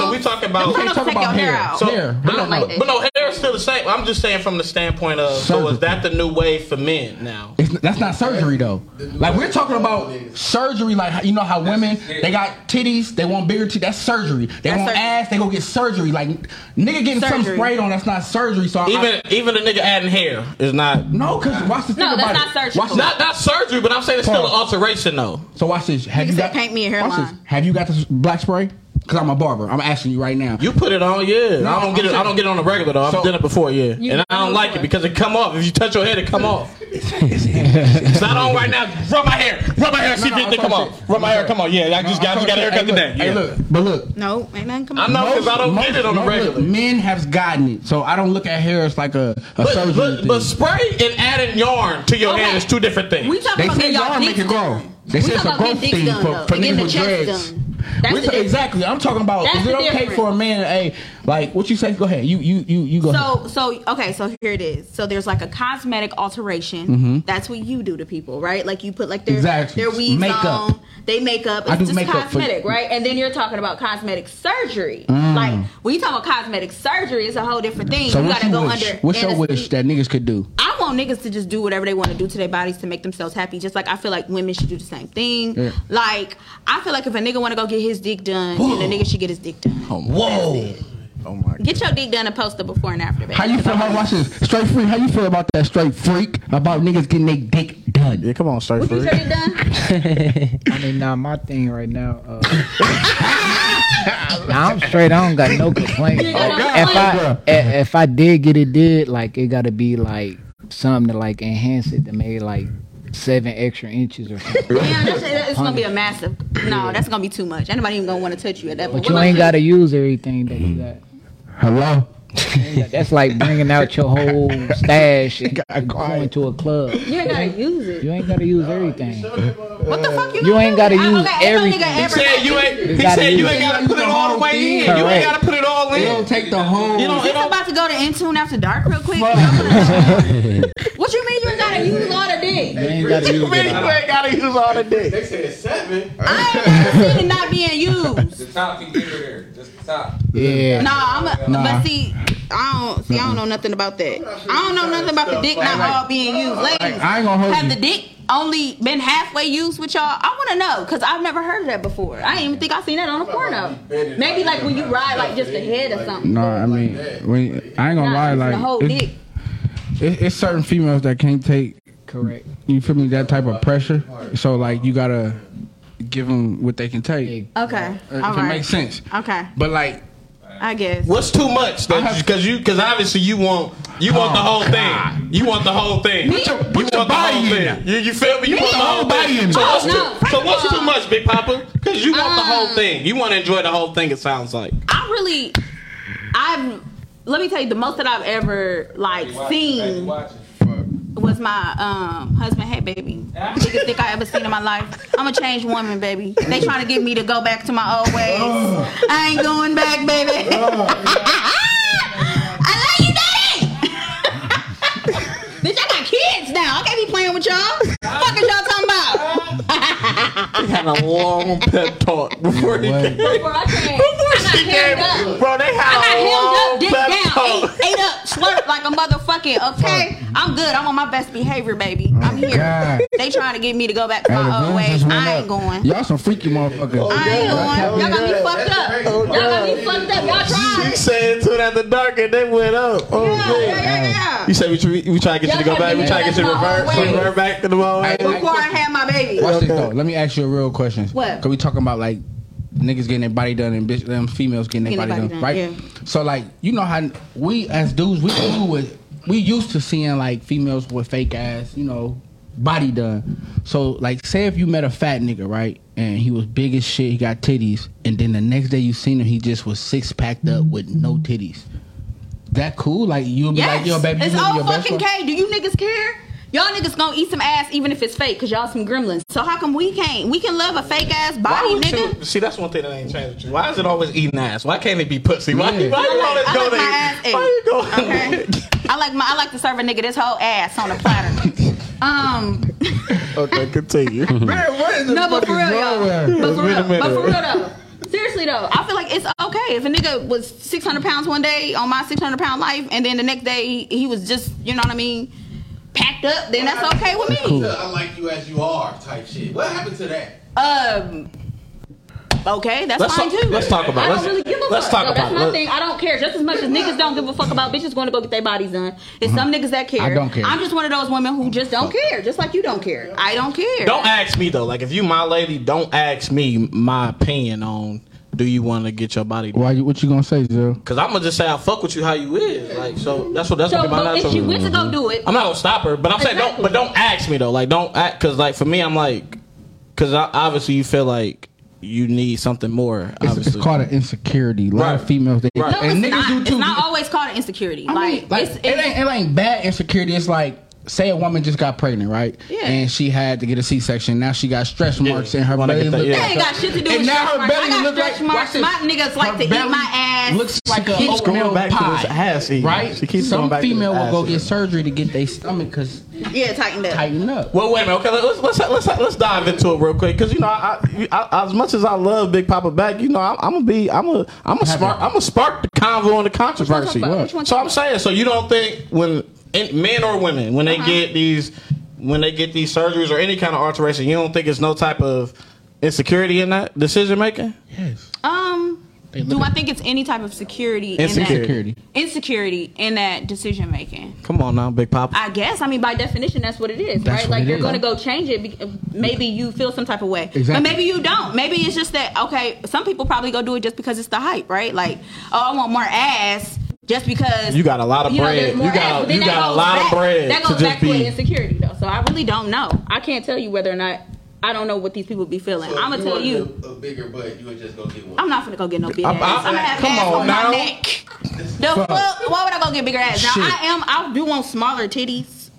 C: so we talking
D: The
C: about
D: frontal
F: talk
D: take your
F: about
D: hair
F: hair.
D: out.
F: So-
D: I
F: Hair.
D: don't
F: We don't
D: like
F: know.
D: that.
C: But no, hair is still the same. I'm just saying from the standpoint of so is that the new way for men now?
F: It's, that's not surgery though. Like we're talking about surgery. Like you know how women they got titties, they want bigger titties. That's surgery. They
D: That's
F: want
D: surgery.
F: ass, they go get surgery. Like nigga getting something
D: Surgery.
F: sprayed on. That's not surgery. So I-
C: Even even the nigga adding hair is not
F: I, no, cause watch this.
D: No,
F: thing
D: that's
F: about
D: not
F: it. Watch
D: surgical.
F: this.
C: not not surgery, but I'm saying it's still an
F: Pause.
C: alteration though.
F: So watch this. Have
D: Nigga
F: you
D: said,
F: got
D: "Paint me a
F: watch
D: hairline."
F: this. Have you got this black spray? Cause I'm a barber. I'm asking you right now.
C: You put it on, yeah.
F: No,
C: I don't get
F: I'm
C: it. I don't
F: saying-
C: get it on the regular though. I've
F: So-
C: done it before, yeah, and I don't like it because it come off. If you touch your head, it come off. it's not on right now. Rub my hair. Rub my hair. See
F: No,
C: if
F: no,
C: it come
F: I'm
C: off.
F: saying-
C: Rub my hair. Come on. Yeah, I just got I just got a haircut
F: hey, look,
C: today.
F: Hey,
C: Yeah.
F: look, but look.
D: No, ain't nothing coming.
C: I'm not-
D: out.
C: Because I don't get it on the
F: look,
C: regular.
F: Men have gotten it, so I don't look at hair as like a, a
C: But,
F: surgery.
C: but,
F: thing.
C: but spray and adding yarn to your
D: Okay.
C: hand is two different things.
D: We talking
F: They
D: about
F: say
D: getting y'all
F: y'all
D: dicks
F: make it
D: done.
F: grow. They
D: We
F: say it's
D: talking
F: a
D: about
F: growth
D: getting
F: thing
D: dicks
F: for,
D: done, though,
F: for
D: and
F: niggas
D: getting
F: with
D: the chest
F: dreads.
D: done. That's
F: We
D: the
F: say-
D: difference.
F: exactly. I'm talking about
D: That's
F: is it
D: the
F: okay
D: difference.
F: for a man? Hey, like what you say? Go ahead. You you you you go. ahead.
D: So so okay, so here it is. So there's like a cosmetic alteration. That's what you do to people, right? Like you put like their
F: Mm-hmm. Exactly.
D: their weaves
F: Makeup.
D: on, they makeup. It's
F: I do
D: just
F: makeup for-
D: cosmetic, right? And then you're talking about cosmetic surgery. Like when you talk about cosmetic surgery, it's a whole different thing.
F: Mm. So
D: you
F: what's
D: gotta
F: your
D: go
F: wish?
D: under.
F: What's your
D: anesthesia.
F: wish that niggas could do?
D: I want niggas to just do whatever they want to do to their bodies to make themselves happy. Just like I feel like women should do the same thing.
F: Yeah.
D: Like I feel like if a nigga want to go get his dick done, then a nigga should get his dick done.
F: Oh. Whoa!
D: Get your dick done and post the before and after. Baby.
F: How you feel about watch this? Straight freak. How you feel about that straight freak about niggas getting their dick done?
C: come on, start
D: You said it done?
G: I mean, nah, my thing right now. Uh, nah, I'm straight. I don't got no complaints.
D: You got no
G: If I
F: complaints?
G: if, if I did get it did, like it got to be like something to like enhance it to make like seven extra inches or something.
D: Damn, that's, it's gonna be a massive. No, that's gonna be too much. Anybody even gonna want to touch you at that point.
G: But you ain't gotta use everything that you got.
F: Hello.
G: That's like bringing out your whole stash and going to a club.
D: You ain't gotta use it.
G: You ain't gotta use everything.
D: What the fuck you?
G: You ain't gotta use everything.
D: He
C: Said you ain't, he
G: gotta
C: said you
G: use
C: ain't
G: it.
C: gotta put it all the way in. You ain't
G: Correct.
C: gotta put it all in.
F: It'll take the whole.
C: You know,
D: Is
C: it
D: this
C: don't,
D: about to go to Intune after dark real quick? what you mean you ain't gotta use all the dick?
G: You ain't gotta use
C: Man,
G: it.
C: you ain't gotta use all the dick.
A: They said seven.
D: I ain't never seen it not being used.
K: top you get rid of, just the top.
G: Yeah.
D: No, I'm a,
F: Nah.
D: but see, I don't see. I don't know nothing about that. I don't know nothing about the dick not all being used. Ladies,
F: I ain't gonna hold
D: have
F: you.
D: the dick only been halfway used with y'all? I want to know because I've never heard of that before. I didn't even think I seen that on a porno. Maybe like when you ride like just the head or something.
F: No, I mean, when, I ain't gonna
D: Nah,
F: lie.
D: it's the whole
F: Like,
D: dick.
F: it's, it's, it's certain females that can't take.
G: Correct.
F: You feel me? That type of pressure. So like, you gotta give them what they can take.
D: Okay.
F: If
D: All
F: it
D: right.
F: makes sense.
D: Okay.
F: But like,
D: I guess.
H: What's too much? Because you, because obviously you want, you want the
F: Oh,
H: whole
F: God.
H: thing. You want the whole thing.
D: Put your-
H: You
F: put
H: want
F: your
H: the whole
F: body in
H: thing.
F: it.
H: You, you feel me? You want the whole
F: body
H: thing.
F: in
H: So
F: it.
H: what's,
D: Oh, no.
H: too, so what's too much, Big Papa? Because you want the whole
D: Um,
H: thing. You want to enjoy the whole thing. It sounds like.
D: I really, I've. Let me tell you, the most that I've ever like seen was my um husband had baby. Biggest dick I ever seen in my life. I'm a changed woman, baby. They trying to get me to go back to my old ways. I ain't going back, baby. I love you, daddy. Bitch, I got kids now. I can't be playing with y'all. fuck is y'all talking about?
C: Had a long pep talk before he
F: What?
C: came.
D: Before I came, I got hemmed up.
C: Bro, they
D: I got hemmed
C: had a long
D: up, dick
C: pep
D: down,
C: talk.
D: ate, ate up, slurped like a motherfucking. Okay, I'm good. I'm on my best behavior, baby. I'm here.
F: Oh. God.
D: They trying to get me to go back to
F: Hey, the
D: my old
F: guns
D: ways.
F: just went
D: I
F: up.
D: ain't going.
F: Y'all some freaky motherfuckers.
D: I ain't going. Y'all got me fucked up. Y'all got me fucked up. Y'all
C: He
D: tried.
C: said to it at the dark and they went up. Oh,
D: Yeah,
C: man.
D: yeah, yeah,
C: You
D: yeah.
C: say we, try- we try to get you to go
D: Y'all
C: back. We try to get you to
D: gotta
C: revert,
D: get me to go back my own
C: revert back to the ball.
D: Before I had my baby.
F: Watch this though. Let me ask you a real question.
D: What?
F: Cause we talking about like niggas getting their body done and bitch them females getting their
D: Getting
F: body,
D: their
F: done,
D: body
F: right?
D: done,
F: So like you know how we as dudes we do with we used to seeing like females with fake ass, you know, body done. So like say if you met a fat nigga, right? And he was big as shit, he got titties, and then the next day you seen him, he just was six packed up with no titties. That cool? Like you'll be
D: Yes.
F: like, yo, baby, you
D: it's
F: living
D: all
F: your best
D: fucking
F: life?
D: K. Do you niggas care? Y'all niggas gonna eat some ass even if it's fake, cause y'all some gremlins. So how come we can't? We can love a fake ass body,
H: would
D: nigga.
H: you- see, that's one thing that ain't changed. with you. Why is it always eating ass? Why can't it be pussy? Why,
F: Yeah.
H: why you always
D: I
H: go
D: like my ass
H: there?
D: ate.
H: Why you go
D: Okay. I like my I like to serve a nigga this whole ass on a platter. Um,
C: Okay, continue.
D: no, but for real,
F: wrong
D: y'all.
F: with
D: But
C: Wait a
D: for real,
C: minute.
D: but for real though. Seriously though, I feel like it's okay if a nigga was 600 pounds one day on my 600 pound life, and then the next day he, he was just, you know what I mean, packed up. Then that's okay with me.
A: I like you as you are type shit. What happened to that?
D: Um. Okay, that's
H: Let's
D: fine
H: talk-
D: too.
H: let's talk about
D: I
H: it.
D: don't
H: Let's-
D: really give a
H: let's
D: fuck.
H: talk
D: Yo,
H: about
D: that's
H: it.
D: my
H: Let's-
D: thing. I don't care. Just as much as niggas don't give a fuck about bitches going to go get their bodies done.
H: Mm-hmm.
D: It's some niggas that care.
F: I don't care.
D: I'm just one of those women who just don't care. Just like you don't care. I don't care.
H: Don't ask me though. Like if you my lady, don't ask me my opinion on do you want to get your body.
F: Why you what you gonna say, Zero?
H: Because I'm gonna just say I fuck with you how you is. Like so that's what that's
D: So,
H: what my
D: but if she
H: natural.
D: went to go do it,
H: I'm not gonna stop her, but I'm saying don't.
D: Exactly.
H: But don't ask me though. Like don't act because like for me I'm like because obviously you feel like you need something more.
F: It's,
H: Obviously,
F: it's called an insecurity. A lot of
H: Right.
F: females, they,
H: Right.
D: no, it's not. It's not
F: Be-
D: always called an insecurity.
F: I mean,
D: like,
F: like,
D: it's,
F: it
D: it's-
F: ain't it ain't bad insecurity. It's like say a woman just got pregnant, right?
D: Yeah.
F: And she had to get a C section. Now she got stretch marks in her
H: Wanna
F: belly.
H: get that-
F: look-
H: yeah.
D: That ain't got shit to do
F: And
D: with
F: now
D: stretch
F: her
D: marks.
F: belly
D: I got
F: look
D: stretch
F: like
D: marks.
F: watch
D: My
F: this.
D: niggas like
F: Her
D: to eat
F: belly
D: my ass
F: Looks
D: like
F: like an
D: keeps going
F: oatmeal
C: back to
F: pie,
C: this ass eating.
F: right?
C: She keeps
F: Some
C: going back to this
F: female
C: ass
F: will go get
C: eating.
F: surgery to get their stomach because
D: yeah, tighten that.
F: tighten up.
H: Well, wait a minute. Okay, let's let's let's, let's dive into it real quick because you know, I, I, I, as much as I love Big Papa back, you know, I'm, I'm gonna be, I'm a, I'm a spark, I'm a spark the convo and the controversy.
D: Which one talk about? Which one
H: So
D: talk
H: I'm saying, so you don't think when in, men or women when they
D: Uh-huh.
H: get these when they get these surgeries or any kind of alteration, you don't think it's no type of insecurity in that decision making?
F: Yes,
D: Um,
F: They
D: do
F: look
D: I
F: at-
D: think it's any type of security? In
H: Insecurity.
F: security.
D: that, insecurity in that decision making.
H: Come on now, Big Papa.
D: I guess. I mean, by definition, that's what it is,
F: That's
D: right?
F: what
D: Like
F: it
D: you're
F: is.
D: going to go change it. Be- maybe you feel some type of way,
F: Exactly.
D: but maybe you don't. Maybe it's just that okay. Some people probably go do it just because it's the hype, right? Like, oh, I want more ass. Just because
H: You got a lot of
D: know,
H: bread.
D: there's more
H: You got-
D: ass, but then
H: you
D: that
H: got a
D: goes
H: lot of
D: back-
H: bread
D: That
H: to
D: goes
H: just
D: back to
H: be-
D: an insecurity, though. So I really don't know. I can't tell you whether or not. I don't know what these people be feeling.
A: So if
D: I'm gonna tell
A: wanted
D: you.
A: A, a bigger butt, you would just go get one.
D: I'm not finna go get no big ass.
H: I'm- I'm-
D: I'm, gonna have
H: come
D: ass
H: on
D: on,
H: now.
D: my neck. The fuck? Why would I go get bigger ass? Now
F: Shit.
D: I am. I do want smaller titties.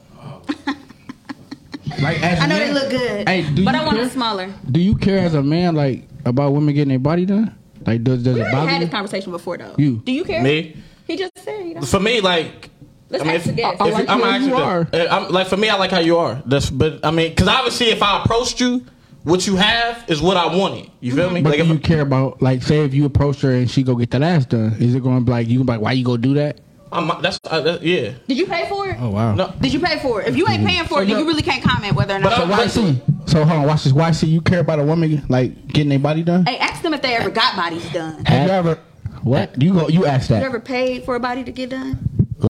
F: like as
D: I know they
F: men-
D: look good,
F: Hey, do
D: but
F: you
D: I want
F: care?
D: them smaller.
F: Do you care as a man like about women getting their body done? Like does does
D: We
F: it
D: already
F: bother
D: had
F: you?
D: this conversation before, though.
F: You.
D: Do you care?
H: Me?
D: He just said he don't.
H: For me, like.
D: Let's
H: I mean,
D: ask the
H: if-
D: guest.
H: if
F: like
H: I'm
F: you
H: actually
F: as you are.
H: the- uh, I'm, like for me, I like how you are. That's but I mean, because obviously, if I approached you, what you have is what I wanted. You feel me?
F: But
H: like
F: do
H: if
F: you care about like say if you approach her and she go get that ass done, is it going to be like you gonna be like why you go do that?
C: I'm, that's uh, that, yeah.
D: Did you pay for it?
F: Oh uh, wow.
C: No.
D: Did you pay for it? If you ain't paying for it, then you really can't comment whether or not.
F: So YC. So hold on, watch this. YC, you care about a woman like getting their body done?
D: Hey, ask them if they ever got bodies done.
F: Have you ever? What you go? You asked
D: You
F: that?
D: ever paid for a body to get done?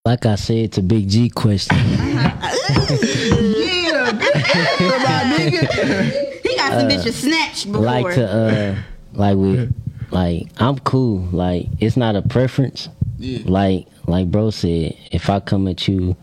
B: Like I said, to Big G question.
D: yeah, nigga. He got some bitches snatched before.
B: like to uh like with like I'm cool. Like it's not a preference. Like like bro said, if I come at you,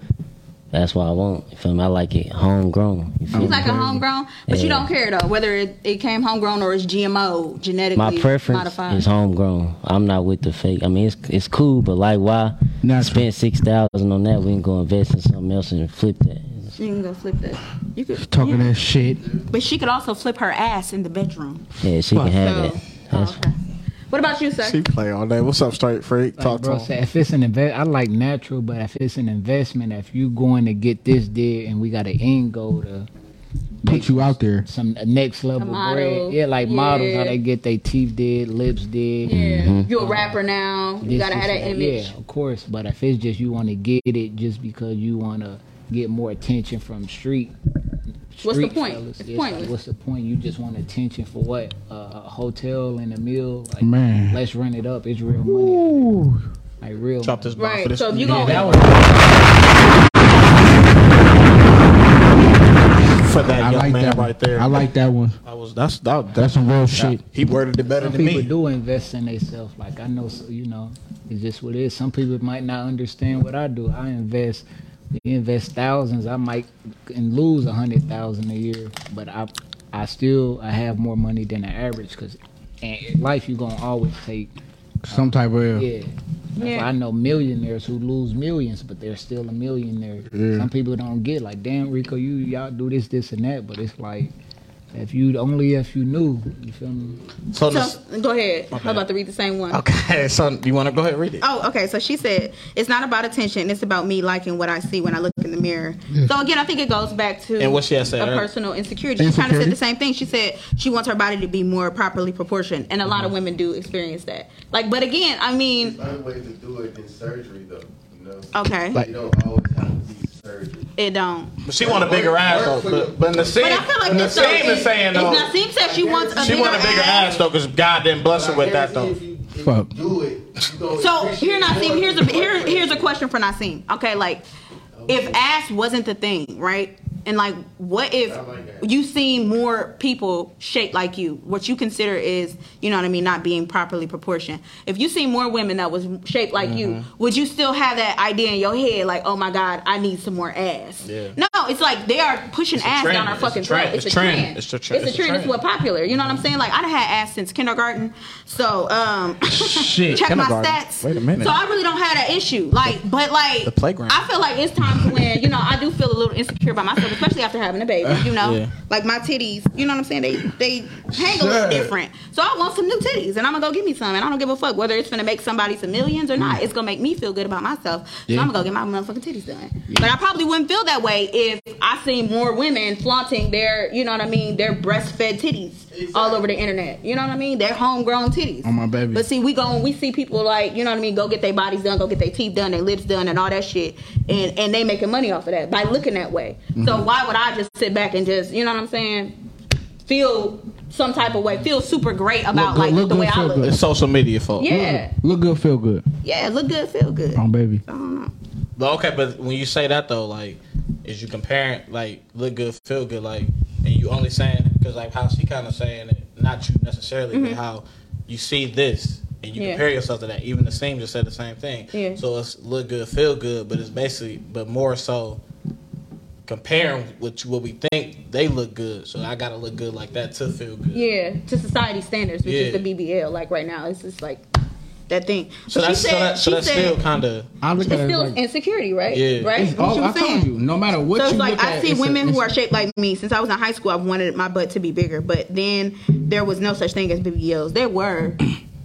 B: that's what I want. You feel me? I like it homegrown. You feel
D: He's
B: me?
D: like a homegrown, but you
B: Yeah.
D: don't care though whether it, it came homegrown or it's GMO genetically
B: my preference
D: modified.
B: is homegrown. I'm not with the fake. I mean, it's it's cool, but like, why
F: Natural.
B: spend six thousand on that? We can go invest in something else and flip that.
D: you can go flip that. You could,
F: Talking
D: yeah.
F: that shit.
D: but she could also flip her ass in the bedroom.
B: Yeah, she can have
D: So,
B: that.
D: oh,
B: That's
D: okay. What about you, sir?
I: She play all day. What's up, straight freak?
G: Like
I: Talk
G: bro
I: to him.
G: said, if it's an invest, I like natural, but if it's an investment, if you going to get this deal and we got an end goal to
F: Put you out there.
G: some next level
D: model,
G: bread, yeah, like models how
D: yeah.
G: they get their teeth did, lips did.
D: Yeah,
B: Mm-hmm.
D: you a rapper now. You
G: this,
D: gotta
G: this,
D: have that image.
G: Yeah, of course. But if it's just you want to get it just because you want to get more attention from street.
D: the
G: street
D: point?
G: fellas,
D: It's
G: like,
D: pointless.
G: what's the point? You just want attention for what? Uh, a hotel and a meal? Like,
F: Man.
G: Let's run it up. It's real money. Like real.
C: Chop this bomb for
D: Right.
C: this.
D: So if you
G: money.
D: gonna
G: Yeah, that
C: for that
F: I
C: young
F: like
C: man
F: that one.
C: right there.
F: I like that one.
C: I was that's that,
F: That's some real shit.
C: he worded it better
G: was,
C: than
G: people
C: me.
G: do invest in themselves. Like I know, so, you know, it's just what it is. Some people might not understand what I do. I invest. You invest thousands. I might and lose a hundred thousand a year, but I, I still I have more money than the average because, in life you're gonna always take.
F: Some type of.
G: Yeah. That's
D: Yeah.
G: why I know millionaires who lose millions, but they're still a millionaire. Some people don't get like, damn, Rico, you y'all do this, this, and that, but it's like, if you only if you knew, you feel me?
C: So, this,
D: So, go ahead. I'm about to read the same one.
C: okay, so you want to go ahead and read it?
D: Oh, okay. So she said it's not about attention; it's about me liking what I see when I look in the mirror. So again, I think it goes back to
C: And what she had said
D: a
C: earlier.
D: personal insecurity. She kind of said the same thing. She said she wants her body to be more properly proportioned, and a lot of women do experience that. Like, but again, I mean,
A: Other ways to do it than surgery, though. You know,
D: okay,
A: you don't always have to be surgery.
D: it don't.
C: But she want a bigger ass though. But, but Nassim,
D: But I feel like this
C: Nassim
D: though,
C: is saying
D: if
C: though,
D: Nassim said she wants a
C: she
D: bigger
C: want a bigger ass, though, because God didn't bless her with that though.
A: If you, if
F: Fuck.
A: you do it, you don't
D: So
A: appreciate
D: here, Nassim,
A: it.
D: here's a here, here's a question for Nassim. Okay, like if ass wasn't the thing, right? And like, what if you seen more people shaped like you? What you consider is, you know what I mean, not being properly proportioned. If you seen more women that was shaped like you,
C: Mm-hmm.
D: would you still have that idea in your head, like, oh my god, I need some more ass?
C: Yeah.
D: No, it's like they are pushing ass
C: trend.
D: down our
C: It's a
D: fucking
C: trend.
D: throat. It's,
C: It's
D: a
C: trend.
D: trend.
C: It's a trend.
D: It's a trend. It's what popular. You know what I'm saying? Like I'd had ass since kindergarten. So um, check my
C: kindergarten.
D: stats.
C: Wait a minute.
D: So I really don't have that issue. Like, but like the
C: playground.
D: I feel like it's times when you know I do feel a little insecure by myself, especially after having a baby.
F: Uh,
D: You know,
C: Yeah.
D: like my titties. You know what I'm saying? They they hang a little different. So I want some new titties, and I'm gonna go get me some. And I don't give a fuck whether it's gonna make somebody some millions or
F: Mm.
D: not. It's gonna make me feel good about myself. So I'm gonna go get my motherfucking titties done. But I probably wouldn't feel that way if I seen more women flaunting their, you know what I mean, their breastfed titties all over the internet. You know what I mean? Their homegrown titties.
F: On my baby.
D: But see, we go we see people like you know what I mean. Go get their bodies done, go get their teeth done, their lips done, and all that shit, and and they making money off of that by looking that way.
F: Mm-hmm.
D: So why would I just sit back and just you know what I'm saying? Feel some type of way, feel super great about
F: good,
D: like
F: look
D: the
F: good,
D: way I
F: feel
D: look.
F: good.
C: It's social media fault.
D: Yeah,
F: Look good, feel good.
D: yeah, look good, feel good.
F: On baby.
D: I don't know.
C: But okay, but when you say that though, like, is you comparing like look good, feel good, like, and you only saying because like how she kind of saying it, not you necessarily, but how you see this and you
D: Mm-hmm. Yeah.
C: compare yourself to that. Even the same just said the same thing.
D: Yeah.
C: So it's look good, feel good, but it's basically, but more so comparing what you, what we think they look good. So I gotta look good like that to feel good.
D: Yeah, to society standards, which
C: Yeah.
D: is the BBL. Like right now, it's just like that thing.
C: So
D: But she
C: that's so,
D: said-
C: that, so
D: she
C: that's
D: said-
C: still kind of
F: I look
D: It's
F: at it
D: still
F: like-
D: insecurity, right?
C: Yeah.
D: Right?
F: It's all,
D: what
F: I
D: I'm saying.
F: told you, no matter what
D: So it's
F: you
D: like
F: look
D: I
F: at,
D: see
F: it's a-
D: women who
F: it's-
D: are shaped like me. Since I was in high school, I've wanted my butt to be bigger, but then there was no such thing as BBLs. There were,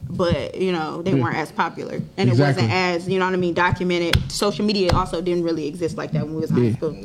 D: but you know they weren't as popular, and
F: Hmm. Exactly.
D: it wasn't as you know what I mean documented. Social media also didn't really exist like that when we was in high school.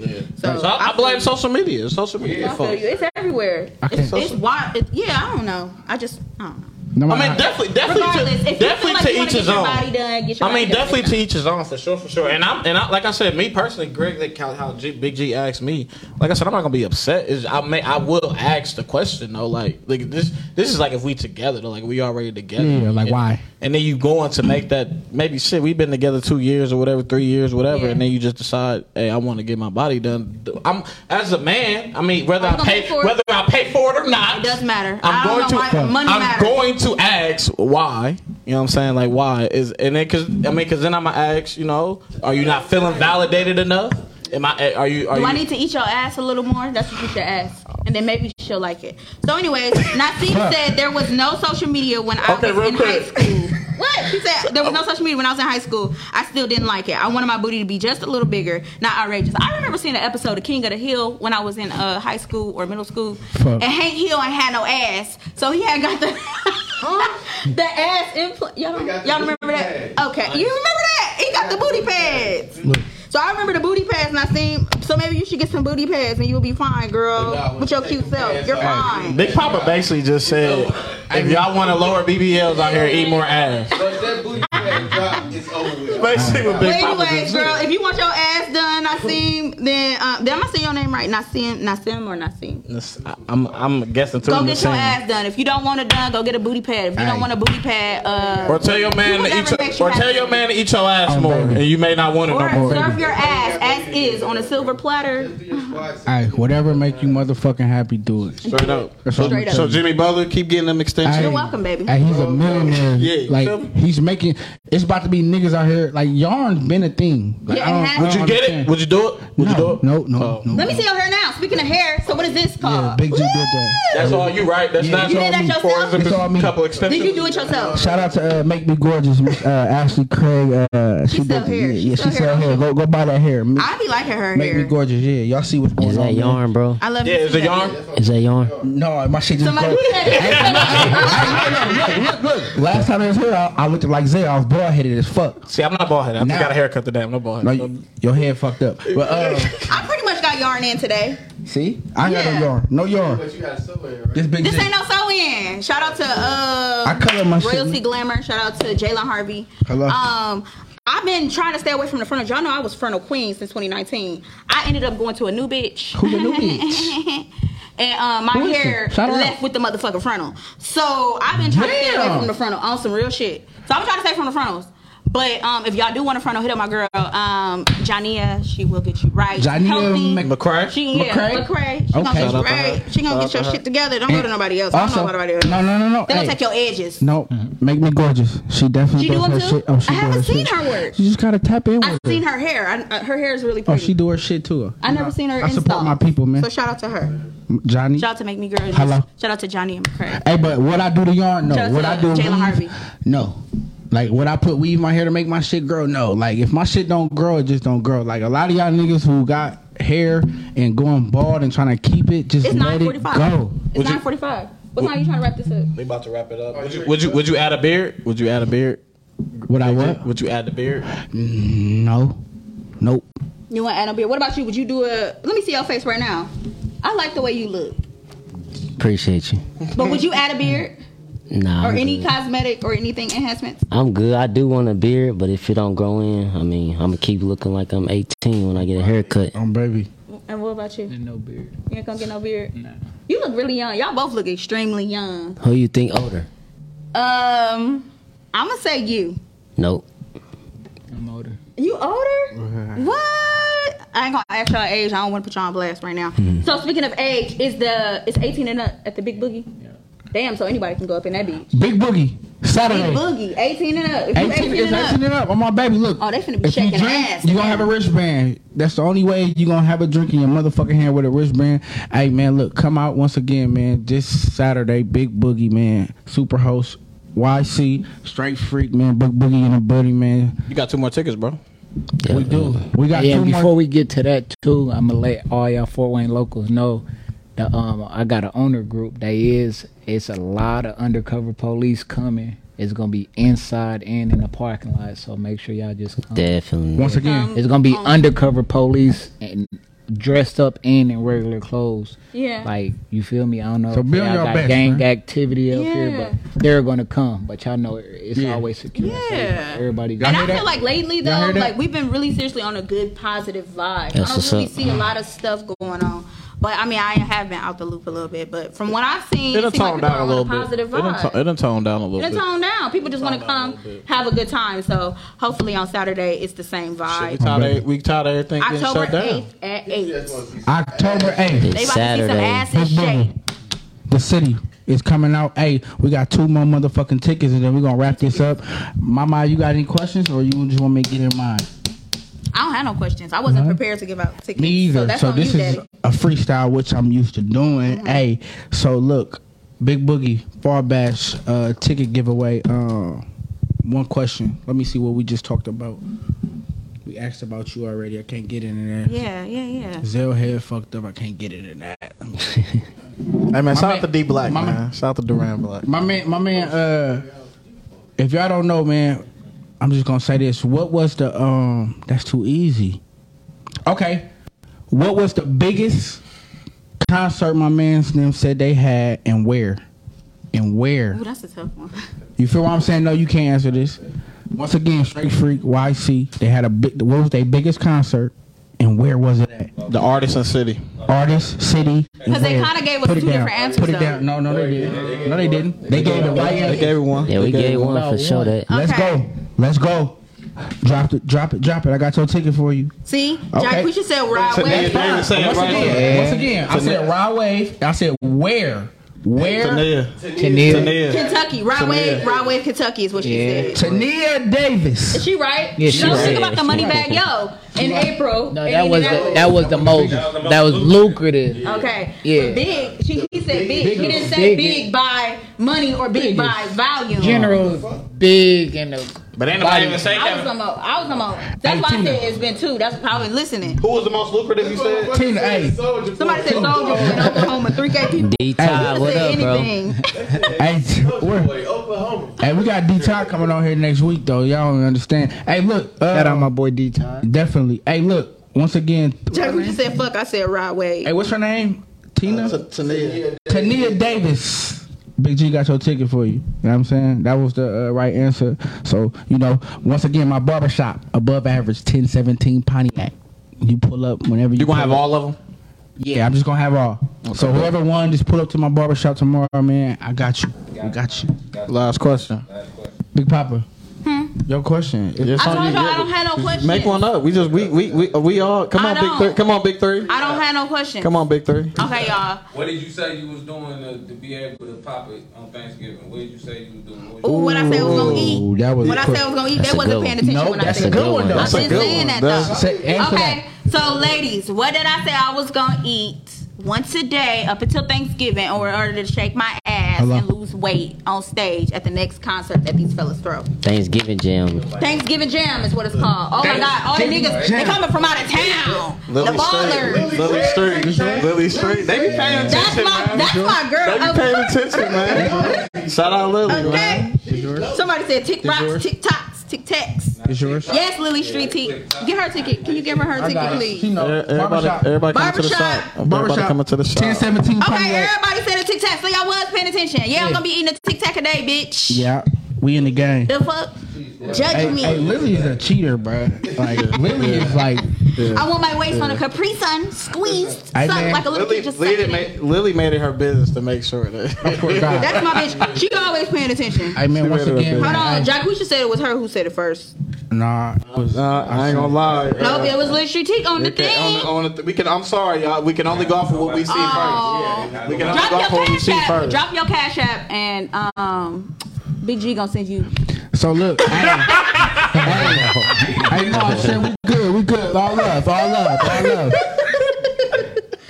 D: So,
C: So I, I
D: Oh, feel
C: blame
D: you.
C: social media. It's social media
D: I feel
C: fault.
D: you. It's everywhere. It's,
F: can't-
D: it's wide. It, yeah, I don't know. I just I don't know.
F: No
C: I mean,
F: matter how-
C: definitely, definitely,
D: Regardless,
C: to,
D: if
C: definitely
D: you feel like
C: to
D: you
C: each
D: want to get
C: his
D: your
C: own.
D: body done, get your
C: I
D: body
C: mean,
D: done.
C: definitely to each his own for sure, for sure. And I'm and I, like I said, me personally, Greg, like how, how G, Big G asked me, like I said, I'm not gonna be upset. Is I may I will ask the question though, like like this this is like if we together though, like we already together.
F: Yeah, Hmm, like,
C: And-
F: why?
C: And then you going to make that maybe shit. We've been together two years or whatever, three years, whatever,
D: Yeah.
C: and then you just decide, hey, I want to get my body done. I'm as a man, I mean, whether
D: I'm
C: I
D: gonna
C: pay
D: pay for it.
C: whether I pay for it or not,
D: It doesn't matter.
C: I'm
D: I don't
C: going
D: know
C: to
D: why money
C: I'm
D: matters.
C: going to ask why. You know what I'm saying? Like why is and then cause I mean cause then I'ma ask, you know, are you not feeling validated enough? Am I eh, are you are
D: Do
C: you
D: I need to eat your ass a little more? That's what you should ask. And then maybe she'll like it. So, anyways, Nassim said there was no social media when I
C: Okay,
D: was
C: real
D: in
C: quick.
D: high school. What? He said there was no social media when I was in high school. I still didn't like it. I wanted my booty to be just a little bigger, not outrageous. I remember seeing an episode of King of the Hill when I was in uh, high school or middle school.
F: Fuck.
D: And Hank Hill ain't had no ass. So he had got the. the ass implant. Y'all, don't-
A: got the
D: y'all remember
A: booty
D: that?
A: pads.
D: Okay. You remember that? He got the booty pads.
F: Look.
D: So I remember the booty pads, and I seen. So maybe you should get some booty pads, and you'll be fine, girl,
A: But nah, when
D: with
A: you
D: your
A: take
D: cute
A: them
D: self.
A: pads
D: You're
A: off,
D: fine.
C: Big Papa basically just said if y'all want to lower BBLs out here, eat more ass.
A: Once that booty pad drop, it's over with.
C: Basically what Big
D: But
C: Papa
D: anyways,
C: just
D: girl,
C: said.
D: if you want your ass done, Nassim, then um, then I'm gonna say your name right, Nassim, Nassim or Nassim.
C: I'm I'm guessing too.
D: Go get your ass done. If you don't want it done, go get a booty pad. If you
F: Aye.
D: don't want a booty pad, uh,
C: Or tell your man to eat
D: Whatever
C: your,
D: makes you
C: or tell
D: happy.
C: your man to eat your ass
F: Oh,
C: more,
F: baby.
C: and you may not want it no
D: or
C: more.
D: serve your ass as is on a silver platter.
A: Do your squats.
F: Hey, whatever make you motherfucking happy, do it.
C: Straight up.
F: That's all I'm
D: Straight up.
C: So
F: saying.
C: Jimmy Butler, keep getting them extensions.
D: You're
F: Hey,
D: welcome, baby.
F: Hey, he's a millionaire.
C: Yeah, you feel me?
F: like he's making. It's about to be niggas out here. Like yarn's been a thing. Like,
D: Yeah,
F: I
D: it
F: don't-
D: has.
F: I
C: Would
F: don't
C: you get it?
F: understand.
C: Would you do it? Would you do
F: no,
C: it? Oh.
F: no, no, no.
D: Let me see your hair now. Speaking of hair, so what is this called?
F: Yeah, Big G did that.
C: That's all you right. That's not
D: You did that
C: As far as
D: yourself?
C: a
F: It's all me.
C: couple
D: Did
C: extensions.
D: you do it yourself?
F: Shout out to uh, Make Me Gorgeous, Miss, uh, Ashley Craig. Uh,
D: She sell
F: the-
D: hair.
F: Yeah,
D: She
F: yeah, she
D: sell hair,
F: sell hair.
D: don't
F: Go, go buy that hair. Miss-
D: I be liking her
F: Make Me
D: hair.
F: Gorgeous. Yeah, y'all see what's going
B: Is
F: on.
B: that
F: man.
B: yarn, bro?
D: I love
C: Yeah,
D: to
C: is
D: see
C: it
D: that.
C: yarn?
B: Is that yarn?
F: No, my shit just
D: Somebody
F: go.
D: do that.
F: Look, look. Last time I was here, I, I looked like Zay. I was bald headed as fuck.
C: See, I'm not bald headed. I just
F: Now-
C: got a haircut today. I'm not bald
F: No,
C: headed.
F: you- your head fucked up. But uh,
D: I pretty much got yarn in today.
F: see, I ain't got
D: Yeah.
F: no yarn. No yarn.
A: But you gotta sew it, right?
F: This big.
D: This
F: shit.
D: ain't no sew in. Shout out to uh
F: I colored my shit.
D: Royalty Glamour. Shout out to Jalen Harvey.
F: Hello.
D: Um I've been trying to stay away from the frontal. Y'all know I was frontal queen since 2019. I ended up going to a new bitch.
F: Who the new bitch?
D: and uh, my
F: Who is
D: hair
F: she? Shout her
D: left
F: out.
D: with the motherfucking frontal. So I've been trying to stay away
F: Damn.
D: from the frontal on some real shit. So I'm trying to stay from the frontals. But um, if y'all do want a frontal, hit up my girl, um, Jania. She will get you right.
F: Jania
D: Healthy.
F: Mc-
C: McCray?
D: She, yeah,
F: McCray?
D: McCray. She gonna get
F: Okay. Shout
D: you
F: out to
D: right. She gonna get your shit together. Don't go to
F: And
D: nobody else. I don't know about nobody else.
F: No, no, no, no.
D: They gonna
F: Hey,
D: take your edges.
F: No, make me gorgeous. She definitely
D: She do
F: does
D: them
F: her
D: too?
F: shit. Oh, she
D: I
F: do
D: haven't
F: her
D: seen
F: shit.
D: her work.
F: You just gotta tap in with
D: I've
F: her.
D: seen her hair. I, I- her hair is really
F: Oh,
D: pretty.
F: she do her shit too.
D: I never seen her.
F: I support
D: install.
F: my people, man.
D: So shout out to her.
F: Johnny.
D: Shout out to Make Me Girl.
F: Hello.
D: Shout out to Johnny and McCray.
F: Hey, but what I do to yarn, no.
D: Shout out
F: what
D: to
F: I do,
D: Jalen Harvey.
F: weave, no. Like what I put weave in my hair to make my shit grow, no. Like if my shit don't grow, it just don't grow. Like a lot of y'all niggas who got hair and going bald and trying to keep it, just
D: It's
F: let it
D: 9:45.
F: go.
D: It's 9:45. What time you trying to wrap this up?
C: We about to wrap it up. Would you, would you would you add a beard? Would you add a beard?
F: What I what?
C: Would you add the beard?
F: No, nope.
D: You want to add a beard? What about you? Would you do a? Let me see your face right now. I like the way you look.
B: Appreciate you.
D: But would you add a beard
B: Nah.
D: or
B: I'm
D: any
B: good.
D: cosmetic or anything enhancements?
B: I'm good. I do want a beard, but if it don't grow in, I mean, I'm gonna keep looking like I'm 18 when I get a haircut.
F: Um, baby.
D: And what about you?
G: And no beard.
D: You ain't gonna get no beard. You look really young. Y'all both look extremely young.
B: Who you think older?
D: Um, I'm gonna say you.
B: Nope.
G: I'm older.
D: You older? what? I ain't gonna ask y'all age. I don't want to put y'all on blast right now.
F: Hmm.
D: So speaking of age, is the it's 18 and up at the Big Boogie? Damn, so anybody can go up in that beach.
F: Big boogie.
D: Big
F: Saturday.
D: Boogie, 18 and up. If you 18,
F: 18 is
D: and
F: 18
D: up,
F: and up. I'm on baby. Look.
D: Oh, they finna be
F: if you
D: shaking
F: drink,
D: ass.
F: you gonna have a wristband. That's the only way you gonna have a drink in your motherfucking hand with a wristband. Hey man, look, come out once again, man. This Saturday, Big Boogie, man. Super host, YC, straight freak, man. Big Boogie in the booty, man.
C: You got two more tickets, bro.
B: Yeah,
F: We do. We got
G: Yeah,
F: two
G: and before
F: more.
G: we get to that too, I'm gonna let all y'all Fort Wayne locals know that um I got an owner group. They is it's a lot of undercover police coming. It's gonna be inside and in the parking lot, so make sure y'all just come.
B: Definitely.
F: Once again,
D: Um,
G: It's gonna be
D: Um,
G: undercover police and dressed up and in regular clothes.
D: Yeah.
G: Like you feel me? I don't know.
F: So
G: if
F: build
G: y'all
F: your
G: got
F: bench,
G: gang
F: man.
G: activity up
D: Yeah.
G: here, but they're gonna come. But y'all know it's always secure. so
D: Yeah.
G: everybody.
D: And
F: hear
D: I
F: that?
D: feel like lately
F: Y'all
D: though,
F: hear that?
D: like we've been really seriously on a good positive vibe.
B: That's
D: I
B: what's
D: don't really
B: up.
D: see a lot of stuff going on. But I mean, I have been out the loop a little bit. But from what I've seen, it,
H: It done
D: seems like
H: toned
D: people are
H: down a
D: on a
H: little bit.
D: positive
H: It done,
D: vibe.
H: to- it done toned down a little
D: It's
H: bit.
D: toned down. People just want to come have a good time. So hopefully on Saturday it's the same
H: We
D: vibe.
H: tired, of, we tired of everything getting
D: October
H: shut down.
D: eighth at eight.
F: October 8th.
D: They
B: It's
D: about to see some
B: Saturday.
D: asses
F: Big booty.
D: shake.
F: The city is coming out. Hey, we got two more motherfucking tickets, and then we're gonna wrap this up. Mama, you got any questions, or you just want me to get in mind?
D: I don't have no questions. I wasn't prepared to give out tickets.
F: Me
D: So
F: either.
D: that's
F: So,
D: on
F: this
D: you,
F: is
D: Daddy. Uh-huh.
F: a freestyle, which I'm used to doing. Hey, so look, Big Boogie, Far Bash, uh, ticket giveaway. Uh, one question. Let me see what we just talked about. We asked about you already. I can't get into that.
D: Yeah, yeah, yeah.
F: Zell head fucked up. I can't get into that.
I: Hey man, shout
F: man-
I: out to D Black,
F: my
I: man.
F: man-
I: Shout out to Duran Black.
F: My man, my man. Uh, if y'all don't know, man, I'm just gonna say this. What was the um? That's too easy. Okay. What was the biggest concert my man's them said they had, and where? And where?
D: Ooh, that's a tough one.
F: You feel what I'm saying? No, you can't answer this. Once again, Straight Freak YC. They had a big. What was their biggest concert? And where was it at?
H: The artist in city.
F: Artist, city.
D: Because they kind of gave us
F: Put
D: two
F: it down.
D: different answers.
F: Put it
D: though.
F: down. No, no, they didn't. No, they didn't. They gave the right answer.
H: They gave it one.
B: Yeah, we
H: They
B: gave one
G: out
B: for sure.
G: one.
B: That
F: Let's
D: Okay.
F: go. Let's go. Drop it, drop it, drop it. I got your ticket for you.
D: See,
F: Okay.
D: Jack, we should say ride with.
H: They even say it
F: Once
H: right.
F: again, once again, I said raw wave. I said where, where?
H: Tania.
G: Tania.
H: Tania.
D: Kentucky, Rod Wave, Rod Wave, Kentucky is what she
G: Yeah.
D: said.
F: Tania Davis.
D: Is she right?
G: Yeah,
D: she
G: she
D: don't
G: right.
D: think about the money back yo in April.
G: No,
D: in
G: that was the,
D: Indianapolis.
G: that was the most that was lucrative.
D: Okay.
G: Yeah.
D: But big. She, he said big. He didn't say
G: Biggest.
D: big by money or big by volume.
G: General big and the
H: But ain't nobody even say
D: I
H: Kevin.
D: was on. I was on. That's why I said it's been two. That's why I was listening.
H: Who was the most lucrative? You said.
F: Tina, hey,
D: Somebody said soldier boy in Oklahoma. Three K people.
B: D Todd,
D: Could've
B: what
D: said
B: up, bro?
D: anything.
F: hey, t- we're-
A: Wait, Oklahoma.
F: hey, we got D Todd coming on here next week though. Y'all don't understand. Hey, look,
G: shout out
F: uh,
G: my boy D Todd.
F: definitely. Hey, look, once again.
D: Jack, we just said fuck. I said ride wave.
F: Hey, what's her name? Tina.
I: Tania.
F: Tania Davis. Big G got your ticket for you. You know what I'm saying? That was the uh, right answer. So, you know, once again, my barbershop, above average, 1017 Pontiac. You pull up whenever you
H: You gonna have
F: pull up.
H: all of them?
F: Yeah, I'm just going to have all. So whoever won, just pull up to my barbershop tomorrow, man. I got you. We got you.
H: Last question.
F: Big Papa,
D: Hmm?
F: your question.
H: It's
D: I
H: on
D: told
H: you.
D: y'all I
H: Yeah,
D: don't
H: but
D: have no
H: just
D: questions.
H: Make one up. We just we we we, we all come
D: I
H: on big
D: don't.
H: three. Come on big three.
D: I don't have no questions.
H: Come on big three.
D: Okay, y'all.
K: What did you say you was doing to, to be able to pop it on Thanksgiving? What did you say you was doing? What
D: Ooh, what I said I was gonna eat.
F: Ooh, that was
D: What I
F: quick.
D: said I was gonna eat.
B: That's
D: They
B: a
D: wasn't
B: good
D: paying
B: one.
D: attention
F: Nope,
D: when I
F: that's
D: said
F: a good
D: that.
F: one, though.
D: I'm
F: That's
H: a
D: just
H: good
D: saying
H: one.
D: that
H: That's-
D: though.
F: Say- answer
D: Okay, so ladies, what did I say I was gonna eat once a day up until Thanksgiving in order to shake my ass
F: Hello?
D: and lose weight on stage at the next concert that these fellas throw?
B: Thanksgiving jam.
D: Thanksgiving Jam is what it's called. Oh my God, all the niggas, they coming from out of town. The ballers.
H: Lily Street. Lily Street. They be paying
D: That's
H: attention,
D: my,
H: man.
D: that's my
H: They
D: girl.
H: be paying attention, man. Shout out Lily, man.
D: Okay. Somebody said tick rocks, tick tocks, tick tacks.
F: It's yours.
D: Yes, Lily Street T. Get her ticket. Can you give her her ticket,
F: You
D: please?
F: know,
H: Everybody,
F: barbershop.
H: everybody coming to the
D: Barbershop.
H: shop. Everybody coming to the shop.
F: 1017
D: Okay,
F: Pontiac.
D: everybody said a tic tac, so y'all was paying attention. Yeah, I'm gonna be eating a tic tac a day, bitch.
F: Yeah, we in the game.
D: The fuck? Judge
F: Hey,
D: me.
F: hey, Lily is a cheater, bro. Like Lily is like
D: I want my waist on a Capri Sun, squeezed,
F: Hey,
D: sucked
F: man.
D: like a little
H: Lily,
D: kid just
H: Lily,
D: sucking it.
H: made, Lily made it her business to make sure that.
F: for God.
D: That's my bitch. She always paying attention.
F: Hey man, once
H: She ready to
F: again,
H: go.
D: Hold on,
F: I-
D: Jacquisha said it was her who said it first.
F: nah, it was-
H: Nah, I ain't gonna lie.
D: No,
H: uh,
D: it was Lil Street on the
H: we can- on
D: thing.
H: the- on the- we can. I'm sorry, y'all. We can only go off of what we see
D: Oh.
H: first. We can only
D: Drop
H: go
D: your
H: off of what we
D: cash
H: see
D: app.
H: first.
D: Drop your cash app, and um, Big G gonna send you.
F: so look, hey, hey, hey, no, shit, we good, we good, all love, all love, all love.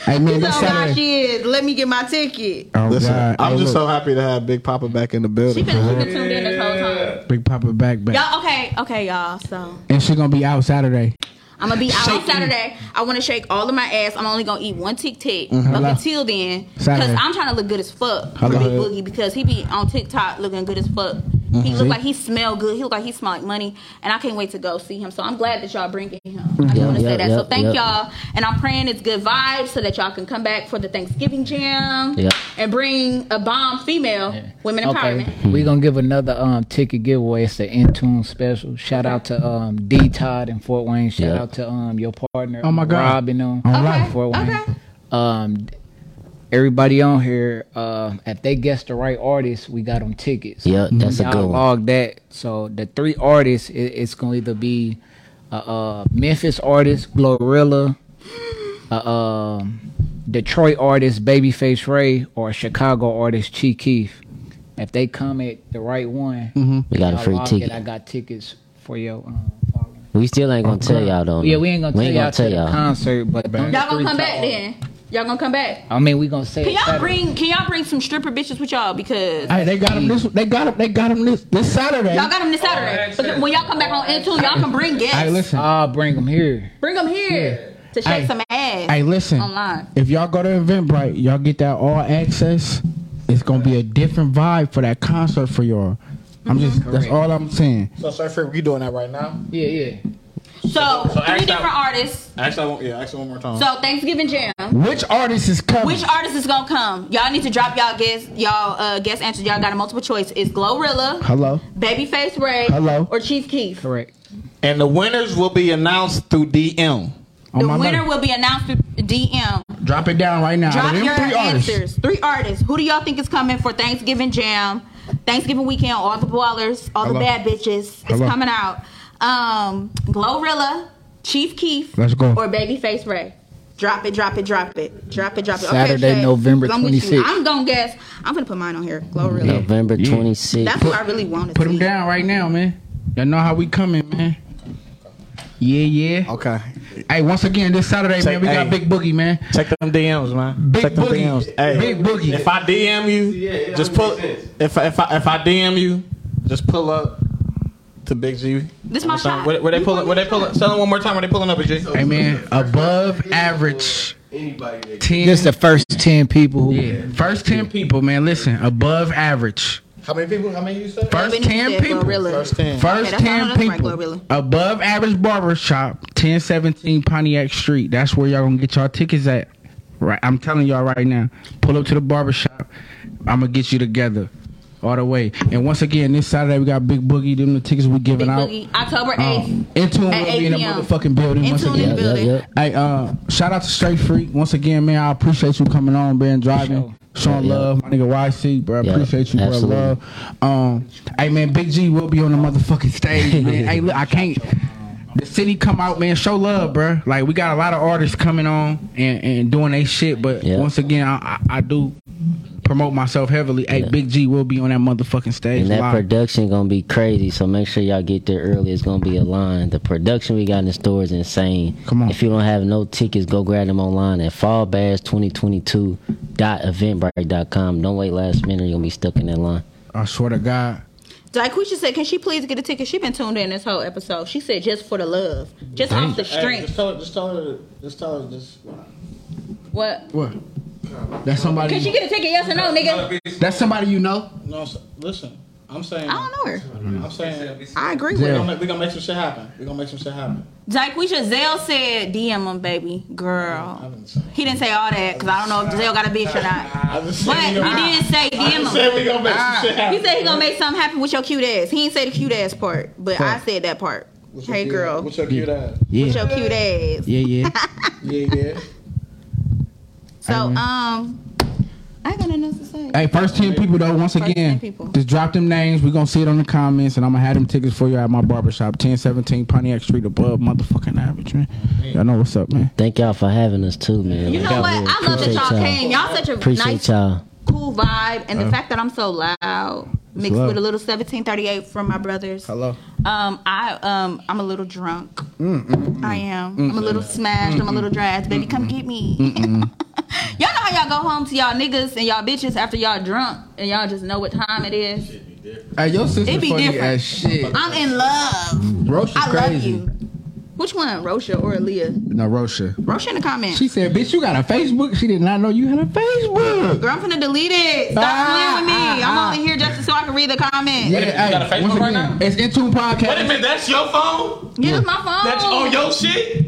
F: Hey man,
D: So
F: that's
D: how
F: Saturday.
D: she is. Let me get my ticket.
F: Oh
H: Listen,
F: God,
H: I'm
F: Hey,
H: just
F: look,
H: so happy to have Big Papa back in the
D: She
H: building.
D: been,
F: Uh-huh.
D: she been tuned in this whole time.
F: Big Papa back back,
D: Y'all, okay, okay, y'all. So
F: and she gonna be out Saturday.
D: I'm gonna be out on Saturday. I want to shake all of my ass. I'm only gonna eat one tic tac. But
F: Mm-hmm. Hello.
D: until then, because
F: Saturday.
D: I'm trying to look good as fuck for
F: Hello.
D: Big Boogie because he be on TikTok looking good as fuck.
F: Mm-hmm.
D: He looked like he smelled good. He looked like he smelled like money, and I can't wait to go see him. So I'm glad that y'all bringing him. I just
B: Yep,
D: want to say
B: yep,
D: that. so
B: yep,
D: thank
B: yep.
D: y'all, and I'm praying it's good vibes so that y'all can come back for the Thanksgiving jam
B: Yep.
D: and bring a bomb female women empowerment.
G: We're gonna give another um ticket giveaway. It's the Intune special. Shout out to um D Todd and Fort Wayne. Shout
B: Yeah.
G: out to um your partner
F: Oh my God.
G: Rob and them.
F: All
D: Okay.
G: Fort Wayne.
D: Okay.
G: Um everybody on here, uh, if they guess the right artist, we got them tickets.
B: Yeah, that's a
G: Y'all
B: good one.
G: log that. So the three artists, it, it's gonna either be a uh, Memphis artist, Glorilla, a um Detroit artist, Babyface Ray, or a Chicago artist, Chi Keith. If they come at the right one,
B: We got a
G: y'all
B: free
G: log
B: ticket.
G: It, I got tickets for your. Um, following.
B: We still ain't gonna tell y'all though.
G: yeah, we ain't gonna
B: Oh, we
G: tell y'all to the concert, but them
D: Y'all
G: three
D: gonna come back
G: top-
D: then. Y'all gonna come back.
G: I mean, we gonna say.
D: Can
G: it
D: y'all
G: Saturday.
D: bring? Can y'all bring some stripper bitches with y'all? Because
F: Hey, they got them this. They got them. They got them this this Saturday.
D: y'all got them this Saturday. But when y'all come back on Intune, y'all can bring
F: Hey,
D: guests.
F: listen.
G: I'll bring them here.
D: Bring them here to shake
F: Hey.
D: some ass.
F: Hey, listen.
D: Online.
F: If y'all go to Eventbrite, y'all get that all access. It's gonna be a different vibe for that concert for y'all.
D: Mm-hmm.
F: I'm just. That's all I'm saying.
I: So, sorry, Fred, you doing that right now?
G: Yeah, yeah.
D: So, three
I: ask
D: different
I: that-
D: artists.
I: Actually, I won't, yeah, actually, one more time.
D: So Thanksgiving jam.
F: Which artist is coming?
D: Which artist is gonna come? Y'all need to drop y'all guess. Y'all uh, guess answers. Y'all got a multiple choice. It's Glorilla,
F: Hello.
D: Babyface Ray,
F: Hello.
D: or Chief Keef.
G: Correct.
I: and the winners will be announced through DM.
F: On
D: The
F: my
D: winner
F: mother-
D: will be announced through DM.
F: Drop it down right now.
D: Drop
F: Them
D: your
F: three artists.
D: answers. Three artists. Who do y'all think is coming for Thanksgiving jam? Thanksgiving weekend, all the ballers, all
F: Hello.
D: the bad bitches
F: Hello.
D: is coming out. Um, Glorilla, Chief Keef,
F: Let's go.
D: or Babyface Ray. Drop it, drop it, drop it, drop it, drop it.
G: Saturday,
D: Shay,
G: November
D: I'm with you.
G: 26th.
D: I'm gonna guess. I'm gonna put mine on here. Glorilla.
B: November twenty sixth.
D: That's what I really wanted.
F: Put them down right now, man. Y'all know how we coming, man. Yeah, yeah.
I: Okay.
F: Hey, once again, this Saturday, man, we got
I: hey.
F: Big Boogie, man.
I: Check them DMs, man.
F: Big
I: Check them
F: Boogie.
I: DMs. Hey,
F: Big Boogie.
I: If I DM you,
A: it
I: just
A: don't
I: pull.
A: make sense.
I: If I, if I if I DM you, just pull up to Big G.
D: This my shot.
I: Where, where they pulling? Where they pulling? Tell them one more time. Where they pulling up, G?
F: Hey, man, above average
A: Anybody that
F: 10.
G: Just the first ten people who
F: yeah. First 10 people, man, listen, above average.
I: How many people? How many you said?
F: First 10 people.
D: Glorilla.
I: ten.
F: First
D: Okay, that's- I know that's
F: 10
D: right,
F: people.
D: Glorilla.
F: Above average barber shop, 1017 Pontiac Street. That's where y'all gonna get y'all tickets at. Right, I'm telling y'all right now. Pull up to the barber shop. I'm gonna get you together. All the way. And once again, this Saturday we got Big Boogie. Them the tickets we
D: Big
F: giving out.
D: Boogie, October eighth.
F: Um, Intune
D: At
F: will be in the
D: 8 p.m.
F: motherfucking building once
D: Intune
F: again.
D: in the building.
B: Yep, yep.
F: Hey, uh, shout out to Straight Freak once again, man. I appreciate you coming on, man, driving, showing
B: Yeah, yeah.
F: love, my nigga YC, bro. I
B: Yeah,
F: appreciate you,
B: absolutely.
F: bro. Love. Um, hey, man, Big G will be on the motherfucking stage, man. hey, look, I can't. The city come out, man. Show love, bro. Like we got a lot of artists coming on and, and doing they shit, but
B: Yeah.
F: once again, I, I, I do promote myself heavily. Hey, Big G will be on that motherfucking stage.
B: And that
F: live.
B: production gonna be crazy, so make sure y'all get there early. It's gonna be a line. The production we got in the store is insane.
F: Come on.
B: If you don't have no tickets, go grab them online at fallbass2022.eventbrite.com. Don't wait last minute. You're gonna be stuck in that line.
F: I swear to God.
D: Daikwisha said, "Can she please get a ticket? She been tuned in this whole episode. She said just for the love, just off the strength.
I: tell her. Just tell her. Just tell her. Just.
D: what?
F: What? That's somebody.
D: Can she get a ticket? Yes or no, nigga?
F: that's somebody you know.
I: No. s- Listen. I'm saying.
D: I don't know her.
I: I'm saying.
D: I agree with her.
I: We're gonna make some shit happen. We're gonna make some shit happen.
D: Daikwisha Zell said, "DM him, baby girl." He didn't say all that because I don't know if Zell got a bitch or not.
I: I just
D: But
I: said
D: he
I: we gonna-
D: did say
I: I
D: DM
I: just said we
D: him. Uh,
I: gonna make some shit happen.
D: He said he gonna make something happen with your cute ass. He ain't say the cute ass part, but I said that part. Hey girl,
I: What's your cute ass?
D: with your cute ass.
F: Yeah, yeah.
I: Yeah, yeah.
D: So um, I ain't got nothing else to say.
F: Hey, first ten people though. Once
D: First
F: again,
D: 10 people.
F: just drop them names. We're gonna see it on the comments, and I'm gonna have them tickets for you at my barbershop, 1017 Pontiac Street, above motherfucking average, man. Y'all know what's up, man.
B: Thank y'all for having us too, man.
D: You
B: Like,
D: know what?
B: really
D: I love that
B: appreciate
D: y'all came. Y'all such a
B: Appreciate
D: nice,
B: y'all.
D: cool vibe, and
F: Uh.
D: the fact that I'm so loud, mixed
F: love.
D: with a little 1738 from my brothers.
F: Hello. Mm,
D: Um, I um, I'm a little drunk. I am. I'm a little smashed. I'm a little dragged. Baby,
F: Mm,
D: come get me. y'all know how y'all go home to y'all niggas and y'all bitches after y'all drunk, and y'all just know what time it is.
F: Hey, your sister
D: It be
F: funny
D: different.
F: as shit.
D: I'm in love.
F: Rosha's
D: I love
F: crazy.
D: you. Which one, Rosha or Aaliyah?
F: No, Rosha.
D: Rosha in the comments.
F: She said, "Bitch, you got a Facebook." She did not know you had a Facebook.
D: Girl, I'm finna delete it. Stop
F: Ah,
D: playing with me.
F: ah,
D: I'm
F: ah.
D: only here just so I I can read the comment.
F: Yeah, hey,
H: got a Facebook
F: once
H: right
F: again, It's in tune podcast.
H: Wait a minute, that's your phone?
D: Yeah, that's my phone.
H: That's oh, on your shit?